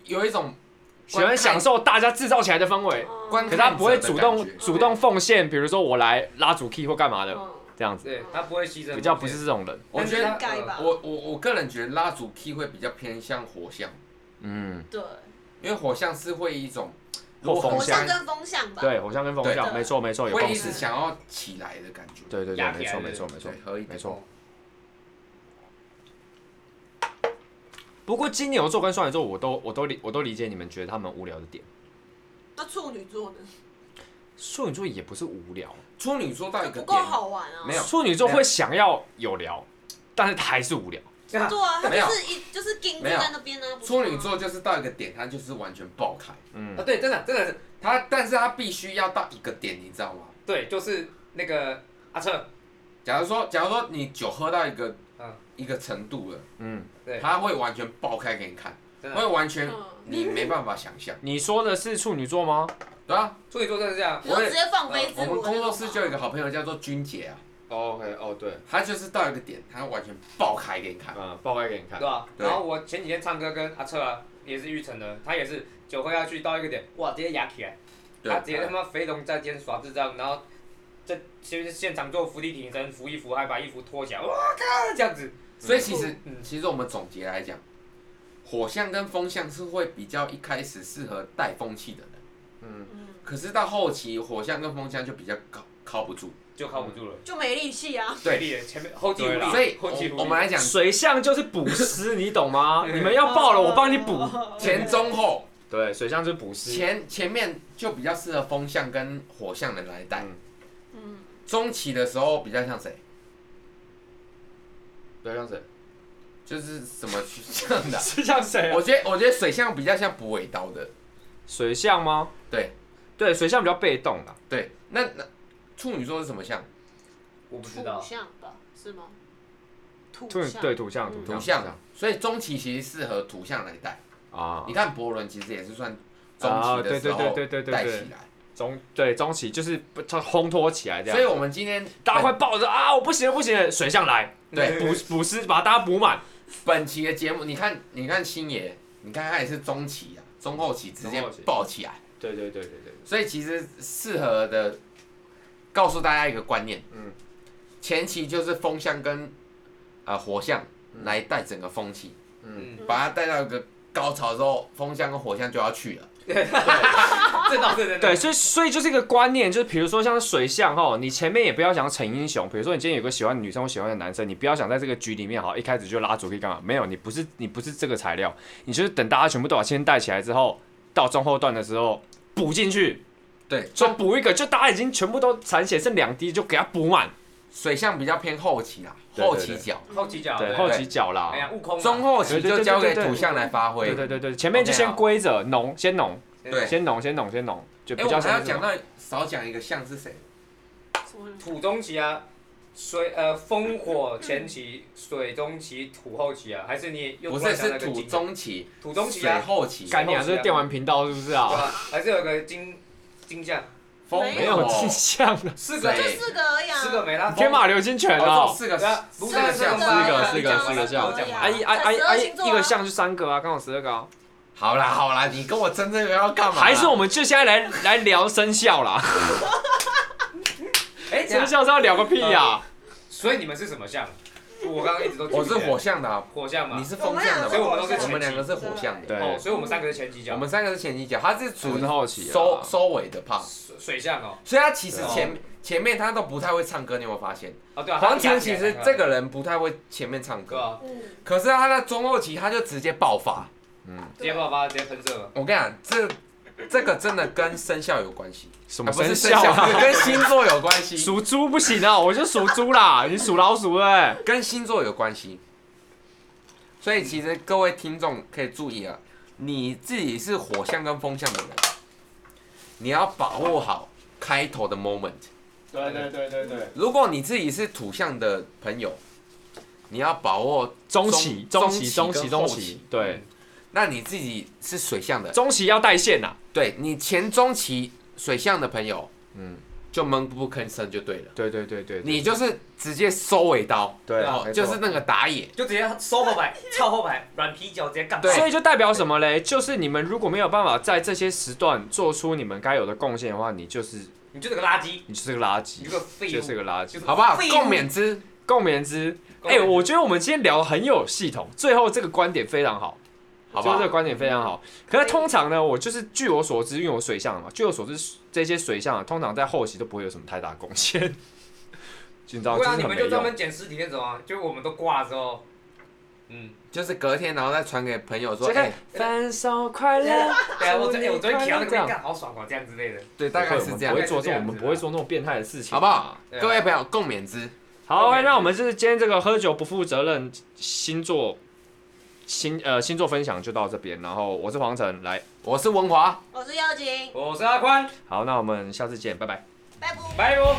Speaker 2: 有一种
Speaker 4: 喜欢享受大家制造起来的氛围，
Speaker 1: 嗯
Speaker 2: 观
Speaker 4: 可是他不会主动
Speaker 2: 观看者的感觉
Speaker 4: 主动奉献，比如说我来拉主 key 或干嘛的
Speaker 1: 嗯
Speaker 4: 这样子，
Speaker 3: 对他不会牺牲，
Speaker 4: 比较不是这种人，
Speaker 2: 我
Speaker 3: 但是
Speaker 2: 觉得
Speaker 3: 他
Speaker 1: 盖吧
Speaker 2: 我我我个人觉得拉主 key 会比较偏向火象，
Speaker 4: 嗯，
Speaker 1: 对，
Speaker 2: 因为火象是会一种如
Speaker 4: 或
Speaker 2: 果
Speaker 4: 风
Speaker 1: 火
Speaker 2: 很
Speaker 1: 象
Speaker 2: 想
Speaker 1: 跟风象吧。
Speaker 4: 对，火象跟风象，
Speaker 1: 对
Speaker 4: 没错没错，有
Speaker 2: 会
Speaker 4: 共
Speaker 2: 一
Speaker 4: 识
Speaker 2: 直，想要起来的感觉。
Speaker 4: 对对对，
Speaker 3: 压
Speaker 4: 没
Speaker 3: 起来
Speaker 4: 错
Speaker 3: 的
Speaker 4: 没错没错
Speaker 2: 对，合一点
Speaker 4: 没错。不过金牛座跟双鱼座，我都我都理我都理解你们觉得他们无聊的点。
Speaker 1: 那处女座呢？
Speaker 4: 处女座也不是无聊，啊
Speaker 2: 处女座到
Speaker 1: 就
Speaker 2: 一个
Speaker 1: 不够
Speaker 2: 点，
Speaker 1: 好玩啊。
Speaker 2: 没有
Speaker 4: 处女座会想要有聊，但是还是无聊。
Speaker 3: 啊
Speaker 1: 对啊，他
Speaker 2: 没有
Speaker 1: 就是一就是钉子
Speaker 2: 没有
Speaker 1: 在那边呢。不是
Speaker 2: 处
Speaker 1: 吗
Speaker 2: 女座就是到一个点，它就是完全爆开。
Speaker 4: 嗯
Speaker 3: 啊，，对，真的真的是
Speaker 2: 它，但是它必须要到一个点，你知道吗？
Speaker 3: 对，就是那个阿彻，
Speaker 2: 假如说，假如说你酒喝到一个
Speaker 3: 嗯
Speaker 2: 一个程度了，
Speaker 4: 嗯，
Speaker 3: 对
Speaker 2: 它会完全爆开给你看，
Speaker 3: 真
Speaker 2: 会
Speaker 3: 的
Speaker 2: 完全
Speaker 1: 嗯
Speaker 2: 你没办法想象，
Speaker 4: 你说的是处女座吗？
Speaker 2: 对啊，
Speaker 3: 处女座真的是这样，
Speaker 1: 你就
Speaker 2: 我也
Speaker 1: 直接放飞自
Speaker 2: 我
Speaker 1: 哎我。
Speaker 2: 们工作室就有一个好朋友叫做君姐啊，
Speaker 8: 哦 OK，哦对，
Speaker 2: 她就是到一个点，她完全爆开给你看。
Speaker 8: 嗯，报告给你
Speaker 3: 对
Speaker 8: 看。
Speaker 3: 吧？
Speaker 2: 对
Speaker 3: 然后我前几天唱歌跟阿彻啊，也是玉成的，他也是酒喝下去到一个点，哇，直接压起来。
Speaker 2: 对
Speaker 3: 他直接他妈肥龙在肩耍智障，然后在现现场做伏地挺身，扶一扶，还把衣服脱起来，哇靠，这样子，
Speaker 2: 所以其实
Speaker 3: 嗯，
Speaker 2: 其实我们总结来讲，火象跟风象是会比较一开始适合带风气的人，
Speaker 8: 嗯，
Speaker 1: 嗯，
Speaker 2: 可是到后期火象跟风象就比较靠靠不住。
Speaker 3: 就靠不住了。
Speaker 1: 就没力气啊。
Speaker 2: 嗯对
Speaker 3: 力，前面后继无
Speaker 8: 对啦
Speaker 3: 力，
Speaker 2: 所以
Speaker 3: 后继无
Speaker 2: 我
Speaker 3: 力。
Speaker 2: 我们来讲
Speaker 4: 水象就是补湿，你懂 吗？你们要爆了，我帮你 补。
Speaker 1: 补
Speaker 2: 前中后，
Speaker 4: 对，水象就是补湿。
Speaker 2: 前前面就比较适合风象跟火象的人来带，
Speaker 1: 嗯，
Speaker 2: 中期的时候比较像谁？
Speaker 8: 不要像谁？
Speaker 2: 就是什么像的啊、
Speaker 4: 是像谁
Speaker 2: 我觉得我觉得水象比较像补尾刀的，
Speaker 4: 水象吗？
Speaker 2: 对
Speaker 4: 对，水象比较被动啦。
Speaker 2: 对。那那处女座是什么象？
Speaker 3: 我不知
Speaker 1: 土
Speaker 3: 道，
Speaker 1: 象吧？是吗？土
Speaker 4: 土
Speaker 1: 象
Speaker 4: 对土象
Speaker 1: 嗯
Speaker 2: 土
Speaker 4: 土
Speaker 2: 象
Speaker 4: 象，
Speaker 2: 所以中期其实适合土象来带。
Speaker 4: 啊
Speaker 2: 你，看博伦其实也是算中
Speaker 4: 啊
Speaker 2: 期的时候
Speaker 4: 对对对对对对对
Speaker 2: 带起来，
Speaker 4: 中对中期就是不它烘托起来这
Speaker 2: 所以
Speaker 4: 样，
Speaker 2: 我们今天
Speaker 4: 大家快抱着啊，我不行了不行了，水象来，
Speaker 2: 对
Speaker 4: 补补湿把大家补满，
Speaker 2: 本期的节目，你看你看星爷，你看他也是中期啊，中后期直接
Speaker 8: 中后期
Speaker 2: 爆起来。
Speaker 8: 对对对对对，
Speaker 2: 所以其实适合的，告诉大家一个观念，
Speaker 8: 嗯
Speaker 2: 嗯，前期就是风向跟呃火象
Speaker 4: 嗯
Speaker 2: 来带整个风气，
Speaker 8: 嗯，
Speaker 5: 嗯
Speaker 2: 把它带到一个高潮之后，风向跟火象就要去了。
Speaker 3: 这倒是真的
Speaker 4: 对，。所以所以就是一个观念，就是比如说像水象哈，你前面也不要想逞英雄。比如说你今天有个喜欢的女生或喜欢的男生，你不要想在这个局里面好一开始就拉主 K 干嘛？没有，你不是你不是这个材料，你就是等大家全部都把先带起来之后，到中后段的时候补进去，
Speaker 2: 对，
Speaker 4: 就补一个，就大家已经全部都残血剩两滴，就给它补满，
Speaker 2: 水象比较偏后期啦，
Speaker 4: 对对
Speaker 2: 后期角，
Speaker 3: 后期角
Speaker 4: 对，
Speaker 3: 不
Speaker 4: 后期角啦
Speaker 3: 哎。呀，悟空嘛
Speaker 2: 中后期
Speaker 4: 对对
Speaker 2: 就
Speaker 4: 对
Speaker 2: 交给
Speaker 4: 对对
Speaker 2: 土象来发挥
Speaker 4: 对。对对对，前面就
Speaker 2: OK，
Speaker 4: 先
Speaker 2: 好
Speaker 4: 归着浓，先浓，
Speaker 2: 对
Speaker 4: 先浓，先浓，先浓，就
Speaker 2: 哎，
Speaker 4: 比
Speaker 2: 我
Speaker 4: 较
Speaker 2: 们还
Speaker 4: 像
Speaker 2: 要
Speaker 4: 是
Speaker 2: 讲到少讲一个象是谁？
Speaker 1: 什么人
Speaker 3: 土中期啊，水呃风火前期，水中期，土后期啊，还是你又
Speaker 2: 不
Speaker 3: 突然
Speaker 2: 是
Speaker 3: 想
Speaker 2: 是
Speaker 3: 到一个
Speaker 2: 土
Speaker 3: 金
Speaker 2: 中期，
Speaker 3: 土中期
Speaker 2: 水
Speaker 3: 啊，
Speaker 2: 后期，
Speaker 4: 干娘，这是电玩频道是不是啊
Speaker 3: 对？吧？还是有个金金像，
Speaker 2: 风
Speaker 1: 没
Speaker 4: 没有
Speaker 2: 火
Speaker 4: 迹象 了，
Speaker 3: 四个
Speaker 2: 对
Speaker 1: 就四个而已啊。
Speaker 3: 四个没啦，
Speaker 4: 天马流星拳啊
Speaker 2: 哦，这！四个
Speaker 3: 对啊
Speaker 2: 四
Speaker 3: 庐
Speaker 2: 个
Speaker 3: 山
Speaker 2: 象
Speaker 3: 象
Speaker 1: 四个
Speaker 2: 四
Speaker 1: 四
Speaker 2: 个
Speaker 1: 个
Speaker 2: 四
Speaker 1: 四
Speaker 2: 个
Speaker 1: 个
Speaker 2: 象
Speaker 1: 象。
Speaker 4: 啊一啊啊
Speaker 1: 才十
Speaker 4: 啊
Speaker 1: 二星座啊
Speaker 4: 一个项就三个啊，刚好十二个啊。
Speaker 2: 好啦好啦，你跟我争这个要干嘛？啊
Speaker 4: 还是我们就现在来来聊生 肖啦，
Speaker 3: 哎，
Speaker 2: 啊
Speaker 3: 等
Speaker 4: 生
Speaker 3: 一下
Speaker 4: 肖是要聊个屁啊
Speaker 2: 哦
Speaker 4: 呀！
Speaker 3: 所以你们是什么象？我刚刚一直都记不
Speaker 2: 我是
Speaker 3: 起来
Speaker 2: 火象的啊，
Speaker 3: 火象嘛
Speaker 2: 你，是风象的
Speaker 3: 所以
Speaker 2: 吧，
Speaker 3: 我们都是
Speaker 2: 我
Speaker 3: 前
Speaker 2: 们两
Speaker 3: 期
Speaker 2: 个是火象的，
Speaker 4: 对
Speaker 3: 哦，所以我们三个是前期
Speaker 2: 我
Speaker 3: 角，
Speaker 2: 们三个是前期角，它是
Speaker 4: 我
Speaker 2: 属于
Speaker 4: 是后期啊
Speaker 2: 收收尾的 part，
Speaker 3: 水水象哦，
Speaker 2: 所以他其实前前面他都不太会唱歌，你有没有发现？
Speaker 3: 哦对啊，
Speaker 2: 黄晨其实这
Speaker 3: 个
Speaker 2: 个人不太会前面唱
Speaker 3: 对
Speaker 2: 歌，
Speaker 3: 啊，
Speaker 1: 嗯，
Speaker 2: 可是他在中后期他就直接爆发。
Speaker 3: 直接爆发，直接喷射嘛，
Speaker 2: 我跟你讲，这这个真的跟生肖有关系，
Speaker 4: 什
Speaker 2: 啊
Speaker 4: 么
Speaker 2: 不是
Speaker 4: 生肖啊？
Speaker 2: 跟星座有关系，
Speaker 4: 属猪不行啊，我就属猪啦。你属老鼠哎，
Speaker 2: 跟星座有关系。所以其实各位听众可以注意啊，你自己是火象跟风象的人，你要把握好开头的 moment。
Speaker 3: 对对
Speaker 8: 对对对，
Speaker 2: 如果你自己是土象的朋友，你要把握
Speaker 4: 中期中
Speaker 2: 中
Speaker 4: 期中
Speaker 2: 中
Speaker 4: 期
Speaker 2: 期
Speaker 4: 中
Speaker 2: 跟后
Speaker 4: 期
Speaker 2: 期，
Speaker 4: 对，
Speaker 2: 那你自己是水象的，
Speaker 4: 中期要带线啊呐。
Speaker 2: 对你前中期水象的朋友，
Speaker 4: 嗯
Speaker 2: 嗯，就闷不吭声就对了。
Speaker 4: 对对对对，
Speaker 2: 你就是直接收尾刀，
Speaker 4: 对
Speaker 3: 啊
Speaker 4: 没错
Speaker 2: 就是那个打野，
Speaker 3: 就直接收后排， 超后排，软皮脚直接干爆
Speaker 2: 对
Speaker 4: 所以就代表什么嘞？就是你们如果没有办法在这些时段做出你们该有的贡献的话，你就是
Speaker 3: 你就是个垃圾，
Speaker 4: 你就是个垃
Speaker 3: 你就，
Speaker 4: 圾
Speaker 3: 个废
Speaker 4: 就是
Speaker 3: 物，
Speaker 4: 个垃圾。
Speaker 3: 就是
Speaker 2: 好不好？
Speaker 3: 废物
Speaker 2: 共勉之。
Speaker 4: 共勉之。哎、我觉得我们今天聊得很有系统，最后这个观点非常好，
Speaker 2: 好不
Speaker 4: 最
Speaker 2: 好
Speaker 4: 后这个观点非常好。可是通常呢，我就是据我所知，因为我水象嘛，据我所知，这些水象啊，通常在后期都不会有什么太大贡献， 就你知道，
Speaker 3: 对
Speaker 4: 就是
Speaker 3: 啊，你
Speaker 4: 很
Speaker 3: 们
Speaker 4: 没
Speaker 3: 就专
Speaker 4: 用。
Speaker 3: 门捡尸体那种啊，就是我们都挂之后，嗯，
Speaker 2: 就是隔天，然后再传给朋友说，
Speaker 4: 这个
Speaker 2: 哎，
Speaker 4: 分手快乐，
Speaker 3: 对啊，我昨哎我昨天
Speaker 4: 看
Speaker 3: 提到那个
Speaker 4: 这样
Speaker 3: 干好爽哦，这样之类的，
Speaker 2: 对，大概是这样
Speaker 3: 不
Speaker 4: 我们不会，做这种，我们不会做那种变态的事情，
Speaker 2: 好不好？
Speaker 3: 对啊
Speaker 2: 各位朋友，共勉之。
Speaker 4: 好，
Speaker 3: OK
Speaker 4: 那我们就是今天这个喝酒不负责任星座星呃星座分享就到这边，然后我是黄晨，来，
Speaker 2: 我是文华，
Speaker 5: 我是妖精，
Speaker 3: 我是阿宽，
Speaker 4: 好，那我们下次见，拜拜。
Speaker 5: 拜拜。
Speaker 3: 拜哟。